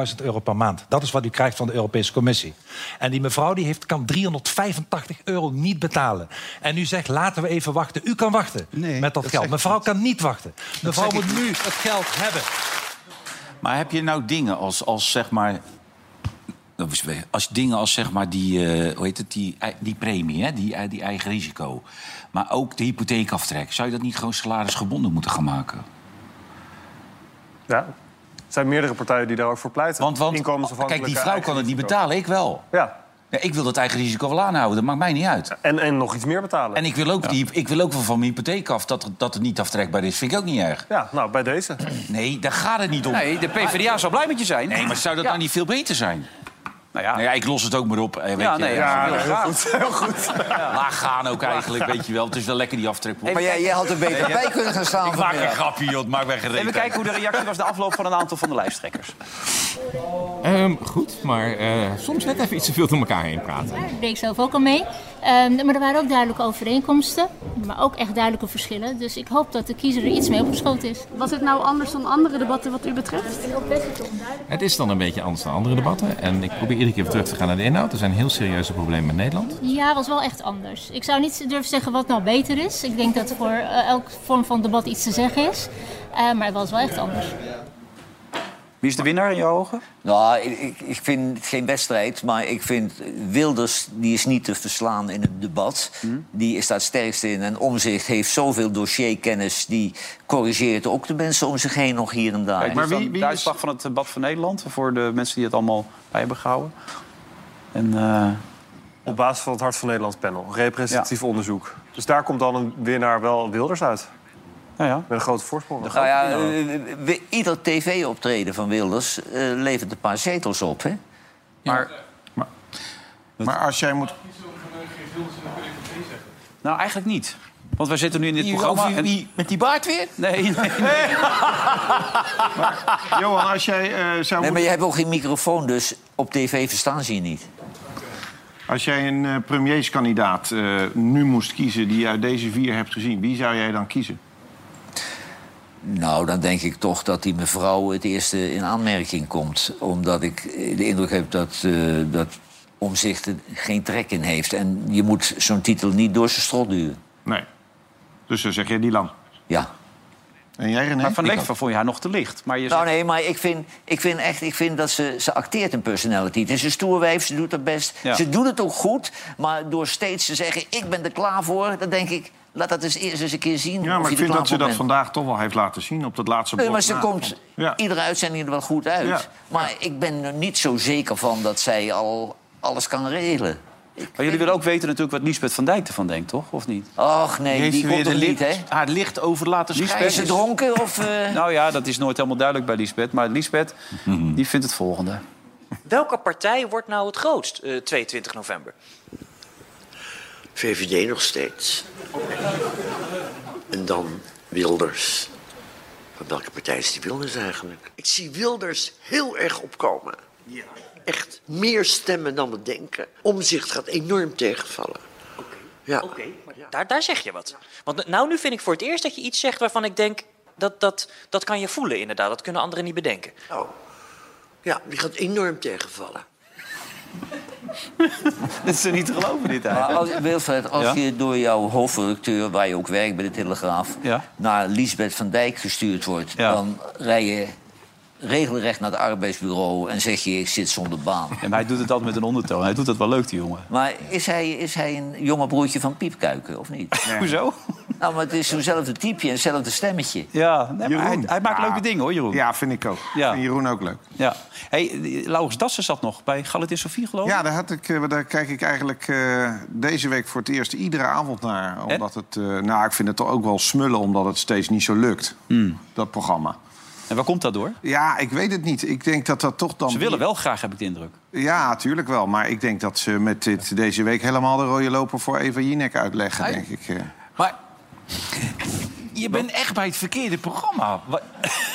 Speaker 7: 15.000 euro per maand. Dat is wat u krijgt van de Europese Commissie. En die mevrouw die heeft, kan 385 euro niet betalen. En u zegt, laten we even wachten. U kan wachten met dat, geld. Mevrouw kan niet wachten. Mevrouw
Speaker 6: zeg ik
Speaker 7: moet nu het geld hebben.
Speaker 6: Maar heb je nou dingen als, als zeg maar. dat was weer- Als dingen als zeg maar die, eh, hoe heet het, die, ei- die premie, hè? Die, eh, die eigen risico. Maar ook de hypotheekaftrek. Zou je dat niet gewoon salarisgebonden moeten gaan maken?
Speaker 2: Ja. Er zijn meerdere partijen die daar ook voor pleiten. Want,
Speaker 6: Kijk, die vrouw kan het niet betalen, ik wel.
Speaker 2: Ja.
Speaker 6: ik wil dat eigen risico wel aanhouden, dat maakt mij niet uit.
Speaker 2: En, en nog iets meer betalen.
Speaker 6: En ik wil ook, die, ik wil ook wel van mijn hypotheek af dat, dat het niet aftrekbaar is. Vind ik ook niet erg.
Speaker 2: Ja, nou, bij deze.
Speaker 6: Nee, daar gaat het niet om.
Speaker 1: Nee, de PvdA zou blij met je zijn.
Speaker 6: Nee, maar zou dat nou niet veel beter zijn?
Speaker 1: Nou ja.
Speaker 6: Nou ja, ik los het ook maar op. eh, Weet
Speaker 1: Ja,
Speaker 6: je.
Speaker 1: nee, Ja, heel heel graag. goed,
Speaker 6: Heel goed. Laag gaan ook eigenlijk, weet je wel. Het is wel lekker die aftrek.
Speaker 5: Maar jij- jij had er beter
Speaker 6: Nee, ja.
Speaker 5: bij kunnen gaan staan
Speaker 6: Ik maak een
Speaker 5: vanmiddag.
Speaker 6: grapje, joh. Het maakt mij gereden.
Speaker 1: Even kijken hoe de reactie was de afloop van een aantal van de lijsttrekkers.
Speaker 13: Ehm, goed, maar eh, soms net even iets te veel door elkaar heen praten.
Speaker 18: Daar deed ik zelf ook al mee. Ehm, maar er waren ook duidelijke overeenkomsten, maar ook echt duidelijke verschillen. Dus ik hoop dat de kiezer er iets mee opgeschoten is. Was het nou anders dan andere debatten wat u betreft?
Speaker 13: Het is dan een beetje anders dan andere debatten. En ik probeer iedere keer weer terug te gaan naar de inhoud. Er zijn heel serieuze problemen met Nederland.
Speaker 18: Ja, was wel echt anders. Ik zou niet durven zeggen wat nou beter is. Ik denk dat voor eh, elke vorm van debat iets te zeggen is. Eh, maar het was wel echt anders.
Speaker 1: Wie is de winnaar in jouw ogen?
Speaker 5: Nou, ik- ik, ik vind het geen wedstrijd, maar ik vind Wilders die is niet te verslaan in het debat.
Speaker 1: Hmm.
Speaker 5: Die is daar het sterkste in. En Omzicht heeft zoveel dossierkennis, die corrigeert ook de mensen om zich heen nog hier en daar. Dus
Speaker 1: Kijk, maar wie, de uitslag van het debat van Nederland voor de mensen die het allemaal bij hebben gehouden. En, eh,
Speaker 2: Op basis van het Hart van Nederland panel. Representatief onderzoek. Dus daar komt dan een winnaar wel Wilders uit.
Speaker 1: Met
Speaker 2: een grote voorsprong.
Speaker 5: Nou ja, eh, we- ieder tv-optreden van Wilders eh, levert een paar zetels op, hè?
Speaker 1: Maar,
Speaker 4: Maar als jij moet...
Speaker 1: Nou, eigenlijk niet. Want wij zitten nu in dit
Speaker 4: Hier,
Speaker 1: programma.
Speaker 4: over die-
Speaker 1: Met die baard weer? Nee, nee, nee.
Speaker 4: Johan, als jij eh, zou
Speaker 5: Nee, maar
Speaker 4: moeten-
Speaker 5: je hebt ook geen microfoon, dus op tv verstaan ze je niet.
Speaker 4: Als jij een eh, premierskandidaat eh, nu moest kiezen die je uit deze vier hebt gezien, wie zou jij dan kiezen?
Speaker 5: Nou, dan denk ik toch dat die mevrouw het eerste in aanmerking komt. Omdat ik eh, de indruk heb dat, eh dat omzicht er geen trek in heeft. En je moet zo'n titel niet door zijn strot duwen.
Speaker 4: Nee. Dus dan zeg je die lang.
Speaker 5: Ja.
Speaker 4: En jij, René?
Speaker 1: Maar van Leeuwen vond je haar nog te licht. Maar je
Speaker 5: Nou nee, maar ik vind, ik vind echt ik vind dat ze, ze acteert een personality. Het is een stoer wijf, ze doet haar best.
Speaker 1: Ja.
Speaker 5: Ze doet het ook goed, maar door steeds te zeggen... ik ben er klaar voor, dan denk ik... laat dat eens eerst eens een keer zien
Speaker 4: Ja,
Speaker 5: of
Speaker 4: maar
Speaker 5: je
Speaker 4: ik
Speaker 5: er
Speaker 4: vind
Speaker 5: klaar
Speaker 4: dat ze
Speaker 5: voor
Speaker 4: dat
Speaker 5: bent.
Speaker 4: vandaag toch wel heeft laten zien op dat laatste
Speaker 5: Nee,
Speaker 4: blok
Speaker 5: maar ze
Speaker 4: na.
Speaker 5: komt iedere uitzending er wel goed uit.
Speaker 4: Ja.
Speaker 5: Maar ik ben er niet zo zeker van dat zij al alles kan regelen.
Speaker 1: Maar jullie willen ook weten natuurlijk wat Liesbeth van Dijk ervan denkt, toch? Of niet?
Speaker 5: Och nee,
Speaker 1: Heeft
Speaker 5: die
Speaker 1: ze weer
Speaker 5: komt
Speaker 1: de
Speaker 5: er
Speaker 1: lip-
Speaker 5: niet, hè?
Speaker 6: Haar licht over laten
Speaker 5: schijnen. Is ze dronken of... eh?
Speaker 1: Nou ja, dat is nooit helemaal duidelijk bij Liesbeth. Maar Liesbeth,
Speaker 5: Mhm.
Speaker 1: die vindt het volgende.
Speaker 19: Welke partij wordt nou het grootst eh, 22 november?
Speaker 20: VVD nog steeds. En dan Wilders. Van welke partij is die Wilders eigenlijk? Ik zie Wilders heel erg opkomen. Echt meer stemmen dan we denken. Omzicht gaat enorm tegenvallen. Ja.
Speaker 19: Oké, maar daar, daar zeg je wat. Want nou, nu vind ik voor het eerst dat je iets zegt waarvan ik denk... dat, dat, dat kan je voelen inderdaad, dat kunnen anderen niet bedenken.
Speaker 20: Oh. Ja, die gaat enorm tegenvallen.
Speaker 1: Dat is niet te geloven, dit
Speaker 5: Maar als,
Speaker 1: eigenlijk.
Speaker 5: Wilfred, als
Speaker 1: Ja?
Speaker 5: je door jouw hoofdredacteur, waar je ook werkt bij de Telegraaf, naar Liesbeth van Dijk gestuurd wordt, dan rij je regelrecht naar het arbeidsbureau en zeg je: Ik zit zonder baan.
Speaker 1: En hij doet het altijd met een ondertoon. Hij doet dat wel leuk, die jongen.
Speaker 5: Maar is hij, is hij een jonge broertje van Piepkuiken, of niet?
Speaker 1: Hoezo?
Speaker 5: Nou, maar het is zo'nzelfde typeje en hetzelfde stemmetje.
Speaker 1: Ja, nee, maar hij, hij maakt
Speaker 5: Ja.
Speaker 1: leuke dingen hoor, Jeroen.
Speaker 4: Ja, vind ik ook.
Speaker 1: Ja.
Speaker 4: Jeroen ook leuk.
Speaker 1: Ja. Hey, die- Laurens Dassen zat nog bij Galatasaray, geloof ik?
Speaker 4: Ja, daar, had ik, eh, daar kijk ik eigenlijk eh, deze week voor het eerst iedere avond naar. Omdat het, eh, nou, ik vind het toch ook wel smullen omdat het steeds niet zo lukt, dat programma.
Speaker 1: En waar komt dat door?
Speaker 4: Ja, ik weet het niet. Ik denk dat dat toch dan...
Speaker 1: Ze willen wel graag, heb ik de indruk.
Speaker 4: Ja, natuurlijk wel. Maar ik denk dat ze met dit, deze week helemaal de rode loper voor Eva Jinek uitleggen, denk ik. eh.
Speaker 6: Maar je bent echt bij het verkeerde programma. Wa-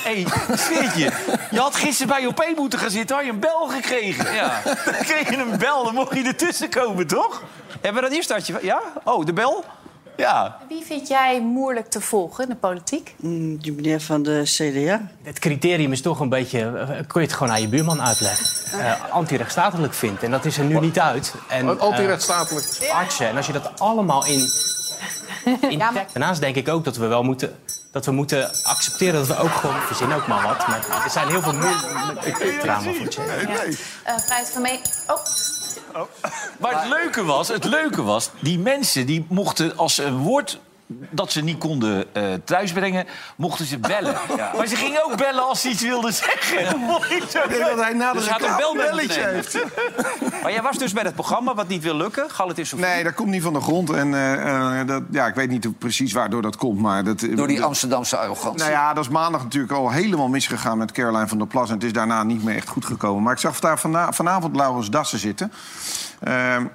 Speaker 6: Hé, je? Je had gisteren bij OP moeten gaan zitten, had je een bel gekregen.
Speaker 1: Ja.
Speaker 6: Dan kreeg je een bel, dan mocht je ertussen komen, toch?
Speaker 1: Hebben we dat eerst uitje? Ja? Oh, de bel? Ja.
Speaker 21: Wie vind jij moeilijk te volgen in de politiek?
Speaker 22: Mm, Die meneer van de CDA.
Speaker 23: Het criterium is toch een beetje, eh, kun je het gewoon aan je buurman uitleggen. Eh antirechtsstatelijk vindt. En dat is er nu niet uit. En, eh,
Speaker 24: Antirechtsstatelijk.
Speaker 23: artsen. En als je dat allemaal in... in tekst- Daarnaast denk ik ook dat we wel moeten... Dat we moeten accepteren dat we ook gewoon... Ik verzin ook maar wat, maar er zijn heel veel moeilijke trauma voor te zeggen.
Speaker 21: Eh prijs van mee. Oh,
Speaker 6: Maar het leuke was, het leuke was, die mensen die mochten als ze een woord dat ze niet konden eh, thuisbrengen, mochten ze bellen.
Speaker 11: Ja.
Speaker 6: Maar ze gingen ook bellen als ze iets wilden zeggen. Dat mocht niet zo
Speaker 1: Ik denk dat hij na de
Speaker 6: Dus had een
Speaker 1: reclame
Speaker 6: bel-
Speaker 1: een belletje heeft. Maar jij was dus bij dat programma wat niet wil lukken. Galatasaray.
Speaker 4: Nee, dat komt niet van de grond. En eh, eh, dat, ja, ik weet niet hoe- precies waardoor dat komt. Maar dat,
Speaker 5: Door die Amsterdamse arrogantie.
Speaker 4: Nou ja, dat is maandag natuurlijk al helemaal misgegaan met Caroline van der Plas. En het is daarna niet meer echt goed gekomen. Maar ik zag daar vana- vanavond Laurens Dassen zitten. Ehm,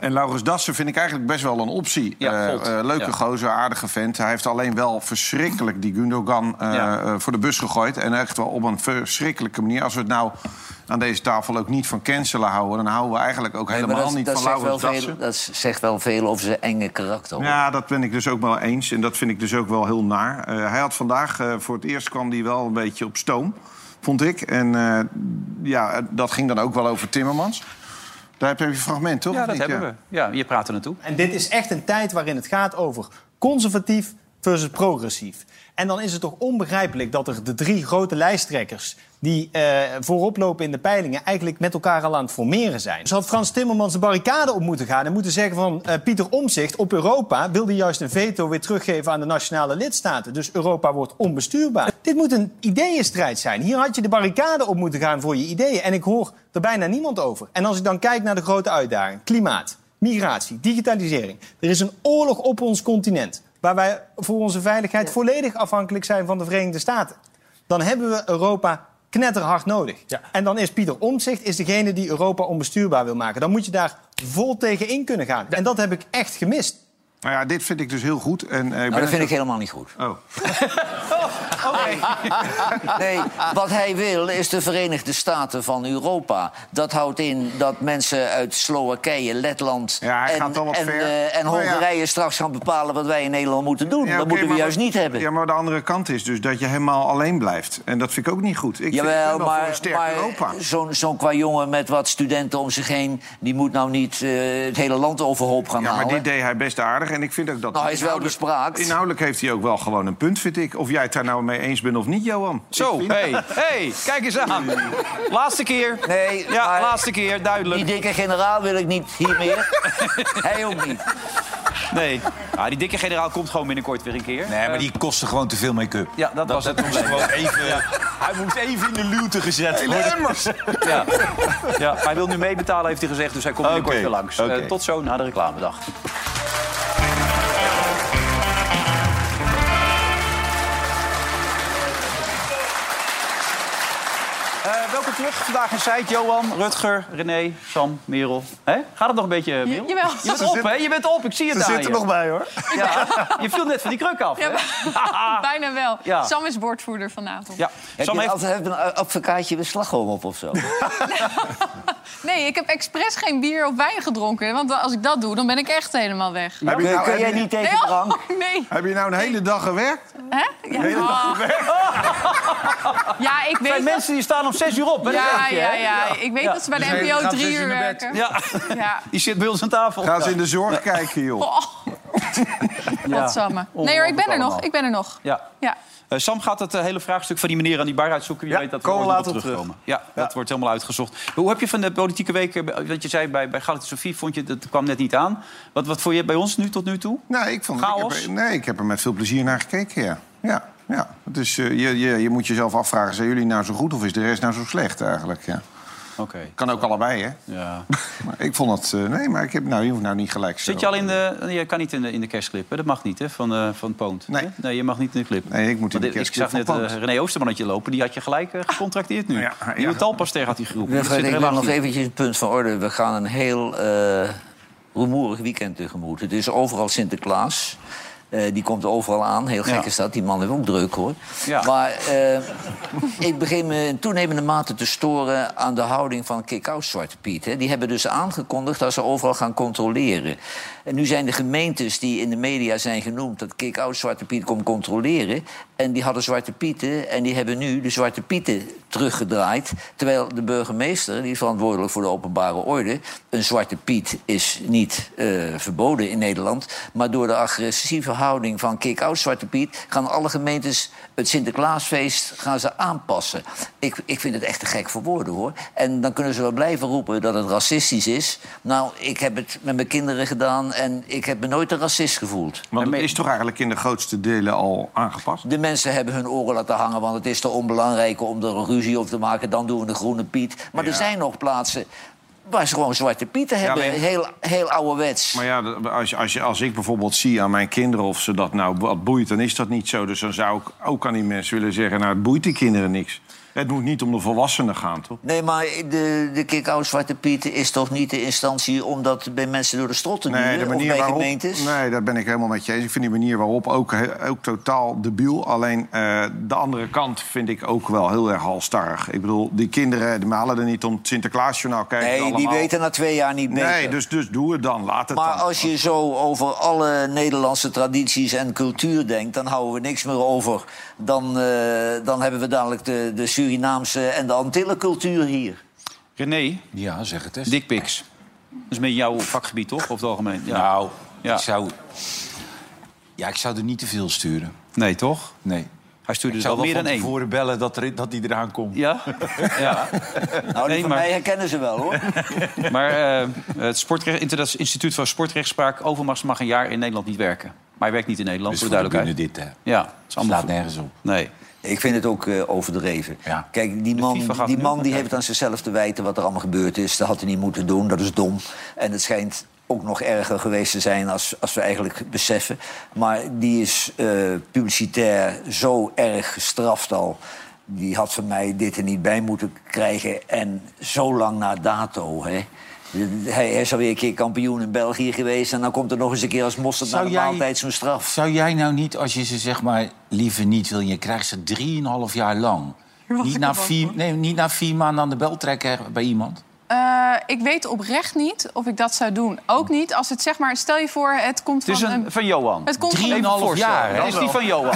Speaker 4: en Laurens Dassen vind ik eigenlijk best wel een optie. Eh,
Speaker 25: Volt.
Speaker 4: eh, leuke
Speaker 25: Ja.
Speaker 4: gozer, aardige vent. Hij heeft alleen wel verschrikkelijk die Gundogan eh, eh, voor de bus gegooid. En echt wel op een verschrikkelijke manier. Als we het nou aan deze tafel ook niet van cancelen houden... dan houden we eigenlijk ook
Speaker 5: Nee, maar
Speaker 4: helemaal
Speaker 5: dat,
Speaker 4: niet
Speaker 5: dat
Speaker 4: van
Speaker 5: zegt
Speaker 4: Laurens
Speaker 5: wel
Speaker 4: Dassen.
Speaker 5: veel, dat zegt wel veel over zijn enge karakter. hoor.
Speaker 4: Ja, dat ben ik dus ook wel eens. En dat vind ik dus ook wel heel naar. Eh, hij had vandaag, eh, voor het eerst kwam hij wel een beetje op stoom, vond ik. En eh, ja, dat ging dan ook wel over Timmermans. Daar heb je een fragment, toch?
Speaker 1: Ja,
Speaker 4: Of
Speaker 1: dat
Speaker 4: niet?
Speaker 1: hebben we. Ja, je praat er naartoe.
Speaker 25: En dit is echt een tijd waarin het gaat over conservatief versus progressief. En dan is het toch onbegrijpelijk dat er de drie grote lijsttrekkers... die eh, voorop lopen in de peilingen eigenlijk met elkaar al aan het formeren zijn. Dus had Frans Timmermans de barricade op moeten gaan... en moeten zeggen van eh, Pieter Omzicht op Europa... wilde juist een veto weer teruggeven aan de nationale lidstaten. Dus Europa wordt onbestuurbaar. Dit moet een ideeënstrijd zijn. Hier had je de barricade op moeten gaan voor je ideeën. En ik hoor er bijna niemand over. En als ik dan kijk naar de grote uitdaging. Klimaat. Migratie, digitalisering. Er is een oorlog op ons continent. Waar wij voor onze veiligheid volledig afhankelijk zijn van de Verenigde Staten. Dan hebben we Europa knetterhard nodig. En dan is Pieter Omtzigt is degene die Europa onbestuurbaar wil maken. Dan moet je daar vol tegen in kunnen gaan. En dat heb ik echt gemist.
Speaker 4: Nou ja, dit vind ik dus heel goed. En, eh,
Speaker 5: Nou, dat vind ik helemaal niet goed.
Speaker 4: Oh.
Speaker 5: Nee, wat hij wil is de Verenigde Staten van Europa. Dat houdt in dat mensen uit Slowakije, Letland en,
Speaker 4: gaat wel wat
Speaker 5: en,
Speaker 4: ver.
Speaker 5: eh, en
Speaker 4: Maar ja.
Speaker 5: Hongarije straks gaan bepalen wat wij in Nederland moeten doen. dat moeten we juist niet hebben.
Speaker 4: Ja, maar de andere kant is dus dat je helemaal alleen blijft. En dat vind ik ook niet goed. Ik vind- ik ben
Speaker 5: Jawel,
Speaker 4: wel voor een
Speaker 5: maar,
Speaker 4: sterk
Speaker 5: maar
Speaker 4: Europa.
Speaker 5: zo'n zo'n qua jongen met wat studenten om zich heen... die moet nou niet eh, het hele land overhoop gaan
Speaker 4: Ja, maar
Speaker 5: halen.
Speaker 4: dit deed hij best aardig. En ik vind ook dat...
Speaker 5: Nou, hij is wel
Speaker 4: inhoudelijk-
Speaker 5: bespraakt.
Speaker 4: Inhoudelijk heeft hij ook wel gewoon een punt, vind ik. Of jij het daar nou mee eens bent of niet, Johan. Mm.
Speaker 1: Zo, hey, hey, kijk eens aan. Laatste keer.
Speaker 5: Nee,
Speaker 1: ja, laatste keer, duidelijk.
Speaker 5: Die dikke generaal wil ik niet hier meer. Hij ook niet.
Speaker 1: Nee. Ah, die dikke generaal komt gewoon binnenkort weer een keer. Eh,
Speaker 6: Nee, maar die kostte gewoon te veel make-up.
Speaker 1: Ja, dat, was het
Speaker 6: moest
Speaker 1: probleem.
Speaker 6: gewoon even-
Speaker 1: Ja.
Speaker 6: Hij moest even in de luwte gezet
Speaker 1: Hele
Speaker 6: worden.
Speaker 1: Ja. ja, hij wil nu meebetalen, heeft hij gezegd, dus hij komt binnenkort weer langs. Eh, tot zo na de reclamedag. Eh, welkom terug vandaag in Zijt. Johan, Rutger, René, Sam, Merel. Hè? Gaat het nog een beetje, Merel?
Speaker 3: jawel.
Speaker 1: Je bent
Speaker 3: Ze
Speaker 1: op,
Speaker 3: zit-
Speaker 1: hè? Je bent op, ik zie het
Speaker 3: ze
Speaker 1: aan
Speaker 3: zit er
Speaker 1: je.
Speaker 3: nog bij,
Speaker 25: hoor.
Speaker 1: Ja. Je viel net van die kruk af, hè?
Speaker 3: Ja, bijna wel.
Speaker 5: Ja.
Speaker 3: Sam is woordvoerder vanavond.
Speaker 1: Ja.
Speaker 5: Heb je altijd even een advocaatje met slagroom op of zo?
Speaker 3: Nee, ik heb expres geen bier of wijn gedronken. Want als ik dat doe, dan ben ik echt helemaal weg.
Speaker 4: Heb je nou- Kun heb jij je- niet tegen
Speaker 3: nee, oh,
Speaker 4: drank?
Speaker 3: Nee.
Speaker 4: Heb je nou een hele dag gewerkt?
Speaker 3: Hè? Ja.
Speaker 4: Hele dag
Speaker 3: Ah.
Speaker 4: gewerkt?
Speaker 3: Ja, ik weet...
Speaker 11: zijn mensen die staan om zes uur op. hè?
Speaker 3: Ja,
Speaker 11: Dat weet je, hè?
Speaker 3: ja, ja. Ik weet dat ze bij de
Speaker 11: Dus hij
Speaker 3: NPO
Speaker 11: gaat
Speaker 3: drie
Speaker 11: zes
Speaker 3: uur
Speaker 11: naar bed.
Speaker 3: werken.
Speaker 1: Ja.
Speaker 3: Ja.
Speaker 1: Die zit bij ons aan tafel.
Speaker 4: Ga eens in de zorg kijken, joh.
Speaker 3: Oh. Godsamme. Nee hoor, ik ben er nog. Ik ben er nog.
Speaker 1: Ja.
Speaker 3: Ja.
Speaker 1: Eh, Sam gaat het eh, hele vraagstuk van die meneer aan die bar uitzoeken. Je weet dat we
Speaker 2: komen
Speaker 1: ooit
Speaker 2: we
Speaker 1: nog
Speaker 2: later
Speaker 1: op
Speaker 2: op terug.
Speaker 1: terugkomen. Ja, dat wordt helemaal uitgezocht. Hoe heb je van de politieke week... eh, Wat je zei bij, bij Galit Sofie, vond je dat kwam net niet aan. Wat, wat vond je bij ons nu tot nu toe?
Speaker 4: Nou, ik vond
Speaker 1: Chaos?
Speaker 4: Ik heb, nee, ik heb er met veel plezier naar gekeken, ja. Ja, ja. Dus eh, je, je, je moet jezelf afvragen, zijn jullie nou zo goed of is de rest nou zo slecht eigenlijk? Ja.
Speaker 1: Oké.
Speaker 4: Kan ook allebei, hè?
Speaker 1: Ja.
Speaker 4: Maar ik vond het... eh, nee, maar ik heb, nou, je hoeft nou niet gelijk zo.
Speaker 1: Zit je al in de... Je kan niet in de, in de kerstclip, hè? Dat mag niet, hè? Van, eh van Poont. Nee. nee, je mag niet in de clip.
Speaker 4: Nee, ik moet in
Speaker 1: Want
Speaker 4: de
Speaker 1: ik
Speaker 4: kerstclip
Speaker 1: zag net
Speaker 4: van
Speaker 1: eh,
Speaker 4: Poont.
Speaker 1: René Oostermannetje lopen. Die had je gelijk eh, gecontracteerd nu. Ja, ja. had hij geroepen. Dat zit
Speaker 5: Wilfred,
Speaker 1: er
Speaker 5: ik
Speaker 1: helaas
Speaker 5: wil nog
Speaker 1: niet.
Speaker 5: eventjes een punt van orde. We gaan een heel eh rumoerig weekend tegemoet. Het is overal Sinterklaas. Eh, die komt overal aan. Heel gek
Speaker 1: Ja.
Speaker 5: is dat. Die man heeft ook druk, hoor.
Speaker 1: Ja.
Speaker 5: Maar eh, ik begin me in toenemende mate te storen... aan de houding van Kikau Zwarte Piet. Hè. Die hebben dus aangekondigd dat ze overal gaan controleren. En nu zijn de gemeentes die in de media zijn genoemd... dat Kikau Zwarte Piet komt controleren. En die hadden Zwarte Pieten en die hebben nu de Zwarte Pieten teruggedraaid. Terwijl de burgemeester, die is verantwoordelijk voor de openbare orde... een Zwarte Piet is niet eh, verboden in Nederland... maar door de agressieve houding van kick-out Zwarte Piet... gaan alle gemeentes het Sinterklaasfeest gaan ze aanpassen. Ik, ik vind het echt te gek voor woorden, hoor. En dan kunnen ze wel blijven roepen dat het racistisch is. Nou, ik heb het met mijn kinderen gedaan en ik heb me nooit een racist gevoeld.
Speaker 4: Want het is toch eigenlijk in de grootste delen al aangepast?
Speaker 5: De mensen hebben hun oren laten hangen, want het is te onbelangrijk om er een ruzie over te maken. Dan doen we de groene Piet. Maar er zijn nog plaatsen waar ze gewoon zwarte Pieten hebben.
Speaker 4: alleen-
Speaker 5: heel, heel ouderwets.
Speaker 4: Maar ja, dat- als, je- als, je, als ik bijvoorbeeld zie aan mijn kinderen of ze dat nou wat boeit, dan is dat niet zo. Dus dan zou ik ook aan die mensen willen zeggen: nou, het boeit die kinderen niks. Het moet niet om de volwassenen gaan, toch?
Speaker 5: Nee, maar de, de kick-out Zwarte Piet is toch niet de instantie om dat bij mensen door de strot te duwen?
Speaker 4: Nee, de
Speaker 5: of
Speaker 4: manier
Speaker 5: bij
Speaker 4: waarop.
Speaker 5: gemeentes?
Speaker 4: Nee, daar ben ik helemaal met je eens. Ik vind die manier waarop ook, he- ook totaal debiel. Alleen eh, de andere kant vind ik ook wel heel erg halstarrig. Ik bedoel, die kinderen die malen er niet om het Sinterklaasjournaal kijken.
Speaker 5: Nee, die
Speaker 4: allemaal.
Speaker 5: weten na twee jaar niet beter.
Speaker 4: Nee, dus, dus doe het dan. Laat het
Speaker 5: Maar
Speaker 4: dan.
Speaker 5: als je zo over alle Nederlandse tradities en cultuur denkt... dan houden we niks meer over. Dan, eh, dan hebben we dadelijk de, de Surinaamse en de Antillencultuur hier.
Speaker 1: René?
Speaker 6: Ja, zeg het eens.
Speaker 1: Dickpics. Dat is meer jouw vakgebied, toch? Of het algemeen? Ja.
Speaker 6: Nou,
Speaker 1: Ja.
Speaker 6: ik zou... Ja, ik zou er niet te veel sturen.
Speaker 1: Nee, toch?
Speaker 6: Nee.
Speaker 1: Hij stuurde
Speaker 6: ik
Speaker 1: dus
Speaker 6: zou
Speaker 1: al
Speaker 6: wel
Speaker 1: meer
Speaker 6: van
Speaker 1: dan één.
Speaker 6: tevoren bellen dat, er, dat die eraan komt.
Speaker 1: Ja? ja.
Speaker 5: Nou, die
Speaker 1: Nee,
Speaker 5: van
Speaker 1: maar-
Speaker 5: mij herkennen ze wel, hoor.
Speaker 1: Maar eh, het Sportrecht, Interna- Instituut voor Sportrechtspraak... Overmars mag een jaar in Nederland niet werken. Maar hij werkt niet in Nederland,
Speaker 6: Dus
Speaker 1: voor de
Speaker 6: voor de
Speaker 1: duidelijkheid.
Speaker 6: bühne dit, hè?
Speaker 1: Ja, het is allemaal
Speaker 6: Slaat nergens op.
Speaker 1: Nee.
Speaker 5: Ik vind het ook eh, overdreven.
Speaker 6: Ja.
Speaker 5: Kijk, die
Speaker 1: FIFA
Speaker 5: man,
Speaker 1: gaat
Speaker 5: die,
Speaker 1: nu
Speaker 5: man
Speaker 1: nog
Speaker 5: die
Speaker 1: kijken.
Speaker 5: heeft het aan zichzelf te wijten wat er allemaal gebeurd is. Dat had hij niet moeten doen, dat is dom. En het schijnt ook nog erger geweest te zijn als, als we eigenlijk beseffen. Maar die is eh, publicitair zo erg gestraft al. Die had van mij dit er niet bij moeten krijgen. En zo lang na dato, hè. Hij is alweer een keer kampioen in België geweest... en dan komt er nog eens een keer als mosterd
Speaker 6: Zou
Speaker 5: naar de
Speaker 6: jij-
Speaker 5: maaltijd zo'n straf.
Speaker 6: Zou jij nou niet, als je ze zeg maar liever niet wil... en je krijgt ze drieënhalf jaar lang... Niet na, vier, nee, niet na vier maanden aan de bel trekken bij iemand?
Speaker 3: Eh, ik weet oprecht niet of ik dat zou doen. Ook niet als het zeg maar... Stel je voor, het komt
Speaker 1: Het is
Speaker 3: van
Speaker 1: een, van Johan.
Speaker 3: Het komt van-
Speaker 1: Even
Speaker 3: 3,5
Speaker 1: voorstellen.
Speaker 6: jaar, hè?
Speaker 1: Dat is die van Johan.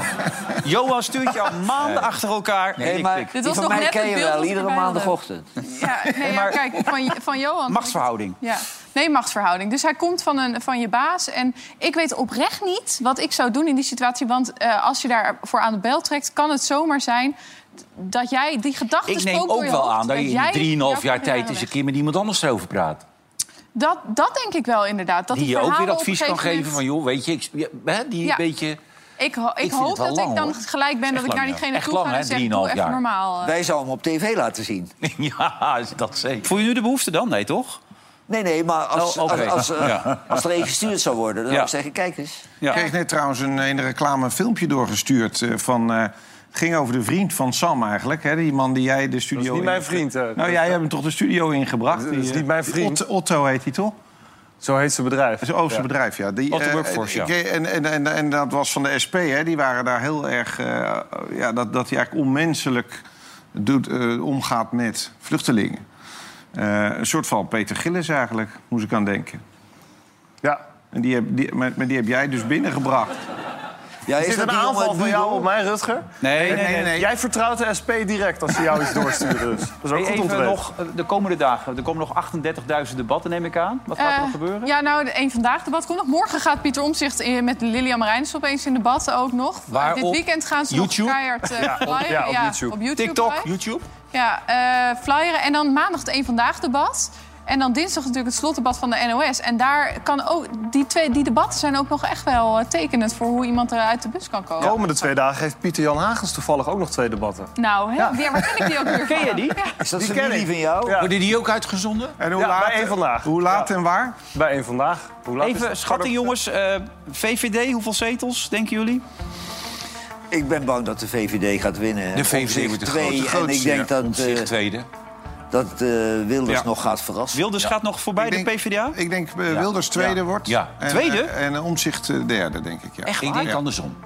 Speaker 1: Johan stuurt jou maanden achter elkaar.
Speaker 5: Nee,
Speaker 1: en ik
Speaker 5: maar
Speaker 1: pik.
Speaker 5: Dit die was van nog mij net ken het je beeld wel, dat we iedere erbij hadden. maandagochtend.
Speaker 3: Ja, nee, ja, kijk, van, van Johan.
Speaker 1: Machtsverhouding.
Speaker 3: Ja, nee, machtsverhouding. Dus hij komt van, een, van je baas. En ik weet oprecht niet wat ik zou doen in die situatie. Want eh, als je daarvoor aan de bel trekt, kan het zomaar zijn dat jij die gedachten
Speaker 6: Ik neem ook wel aan dat je in die 3,5 jaar tijd eens een keer met iemand anders erover praat.
Speaker 3: Dat, dat denk ik wel inderdaad. Dat
Speaker 6: die je ook
Speaker 3: verhalen
Speaker 6: weer
Speaker 3: op een
Speaker 6: advies
Speaker 3: gegeven
Speaker 6: kan
Speaker 3: moment-
Speaker 6: geven van, joh, weet je, ik, ja, hè, die
Speaker 3: Ja.
Speaker 6: beetje...
Speaker 3: Ik, ho- ik
Speaker 6: vind
Speaker 3: hoop
Speaker 6: het al
Speaker 3: dat
Speaker 6: lang,
Speaker 3: ik dan
Speaker 6: hoor.
Speaker 3: gelijk ben dat ik naar diegene
Speaker 6: Echt
Speaker 3: toe
Speaker 6: lang,
Speaker 3: ga
Speaker 6: hè?
Speaker 3: en zeg, doe
Speaker 6: 3,5
Speaker 3: even
Speaker 6: jaar.
Speaker 3: normaal. eh.
Speaker 5: Wij zouden hem op tv laten zien.
Speaker 6: ja, dat zeker.
Speaker 1: Voel je nu de behoefte dan? Nee, toch?
Speaker 5: Nee, nee, maar als,
Speaker 1: Oh, oké.
Speaker 5: als, als, eh,
Speaker 1: Ja.
Speaker 5: als er één gestuurd zou worden, dan zou ik zeggen, kijk eens.
Speaker 4: Ik kreeg net trouwens een, in de reclame een filmpje doorgestuurd eh, van... eh, het ging over de vriend van Sam eigenlijk, hè? Die man die jij de studio...
Speaker 2: niet
Speaker 4: in-
Speaker 2: mijn vriend, eh, hè.
Speaker 4: nou, jij hebt hem toch de studio ingebracht?
Speaker 2: Dat is
Speaker 4: Die,
Speaker 2: niet mijn
Speaker 4: eh,
Speaker 2: vriend.
Speaker 4: Otto, Otto heet hij toch?
Speaker 2: Zo heet zijn bedrijf.
Speaker 4: Dat is een Oosterse
Speaker 2: Ja.
Speaker 4: bedrijf, ja. Die,
Speaker 2: Otto
Speaker 4: eh,
Speaker 2: Workforce, ja.
Speaker 4: ik- En, en, en, en dat was van de SP, hè? Die waren daar heel erg... eh, ja, dat, dat hij eigenlijk onmenselijk doet, eh, omgaat met vluchtelingen. Eh, een soort van Peter Gillis eigenlijk, moest ik aan denken.
Speaker 2: Ja.
Speaker 4: En die heb, die, maar, maar die heb jij dus binnengebracht.
Speaker 2: Ja, is, dit
Speaker 5: is dat
Speaker 2: een
Speaker 5: die
Speaker 2: aanval
Speaker 5: jongen
Speaker 2: van jou
Speaker 5: Dudel?
Speaker 2: op mij, Rutger?
Speaker 1: Nee, nee, nee, nee.
Speaker 2: Jij vertrouwt de SP direct als ze jou iets doorsturen. Dus. Dat is ook
Speaker 1: Hey,
Speaker 2: goed om te
Speaker 1: even
Speaker 2: weten.
Speaker 1: nog eh, de komende dagen. Er komen nog 38.000 debatten, neem ik aan. Wat gaat er
Speaker 3: Eh,
Speaker 1: nog gebeuren?
Speaker 3: Ja, nou, de één vandaag debat komt nog. Morgen gaat Pieter Omzicht met Lilian Marijnis opeens in debat ook nog.
Speaker 1: Waar
Speaker 3: Dit
Speaker 1: op?
Speaker 3: weekend gaan ze
Speaker 1: YouTube?
Speaker 3: nog keihard eh,
Speaker 1: Ja, op-
Speaker 3: flyeren.
Speaker 1: ja, op YouTube.
Speaker 3: TikTok,
Speaker 1: YouTube.
Speaker 3: Ja, eh, flyeren. En dan maandag het één vandaag debat. En dan dinsdag natuurlijk het slotdebat van de NOS. En daar kan ook, die, twee, die debatten zijn ook nog echt wel eh, tekenend voor hoe iemand eruit de bus kan komen.
Speaker 2: Komende twee dagen heeft Pieter Jan Hagens toevallig ook nog twee debatten.
Speaker 3: Nou, hè? Ja. waar ken ik die ook weer
Speaker 2: Ken je die?
Speaker 5: Is dat
Speaker 2: Die
Speaker 5: zijn
Speaker 2: ken
Speaker 5: familie
Speaker 2: ik.
Speaker 5: van jou?
Speaker 2: Ja.
Speaker 6: Worden die ook uitgezonden?
Speaker 4: En
Speaker 2: Ja, bij één vandaag.
Speaker 4: Hoe laat en waar?
Speaker 2: Bij één vandaag. Hoe laat is
Speaker 1: Even
Speaker 2: het?
Speaker 1: schatting, jongens. eh, VVD, hoeveel zetels denken jullie?
Speaker 5: Ik ben bang dat de VVD gaat winnen.
Speaker 6: De VVD
Speaker 5: Omtzigt
Speaker 6: wordt de
Speaker 5: Eh, twee,
Speaker 6: grote
Speaker 5: En ik
Speaker 6: grootste,
Speaker 5: denk
Speaker 6: ja.
Speaker 5: dat, eh,
Speaker 6: Omtzigt tweede.
Speaker 5: dat eh, Wilders
Speaker 6: Ja.
Speaker 5: nog gaat verrassen.
Speaker 1: Wilders gaat nog voorbij de PvdA?
Speaker 4: Ik denk eh, Wilders tweede wordt.
Speaker 6: Ja.
Speaker 4: En,
Speaker 1: Tweede?
Speaker 4: eh, En, Omzicht derde, denk ik. Ja.
Speaker 1: Echt
Speaker 6: Ik
Speaker 1: waar?
Speaker 6: denk
Speaker 1: Ja.
Speaker 6: andersom.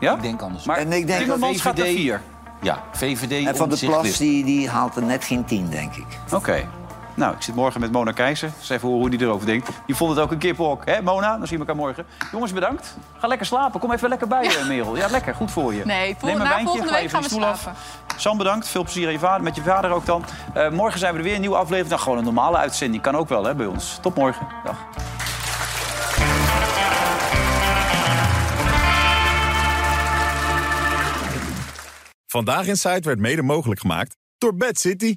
Speaker 1: Ja?
Speaker 6: Ik denk andersom.
Speaker 5: En ik denk dat
Speaker 1: Timmermans gaat naar
Speaker 5: VVD
Speaker 1: vier.
Speaker 6: Ja, VVD
Speaker 5: En Van
Speaker 6: Omtzigt
Speaker 5: der Plas
Speaker 6: Wilders.
Speaker 5: die, die haalt er net geen tien, denk ik.
Speaker 1: Oké. Nou, ik zit morgen met Mona Keizer. Eens even horen hoe die erover denkt. Je vond het ook een kippenhok, hè Mona? Dan zien we elkaar morgen. Jongens, bedankt. Ga lekker slapen. Kom even lekker bij je, Merel. Ja, lekker. Goed voor je.
Speaker 3: Nee, vol- na volgende
Speaker 1: gooi
Speaker 3: week
Speaker 1: even
Speaker 3: gaan
Speaker 1: die
Speaker 3: we
Speaker 1: stoel af. Sam, bedankt. Veel plezier aan je vader, met je vader ook dan. Eh, morgen zijn we er weer, een nieuwe aflevering. Dan gewoon een normale uitzending. Kan ook wel, hè, bij ons. Tot morgen. Dag.
Speaker 10: Vandaag in Site werd mede mogelijk gemaakt door Bad City.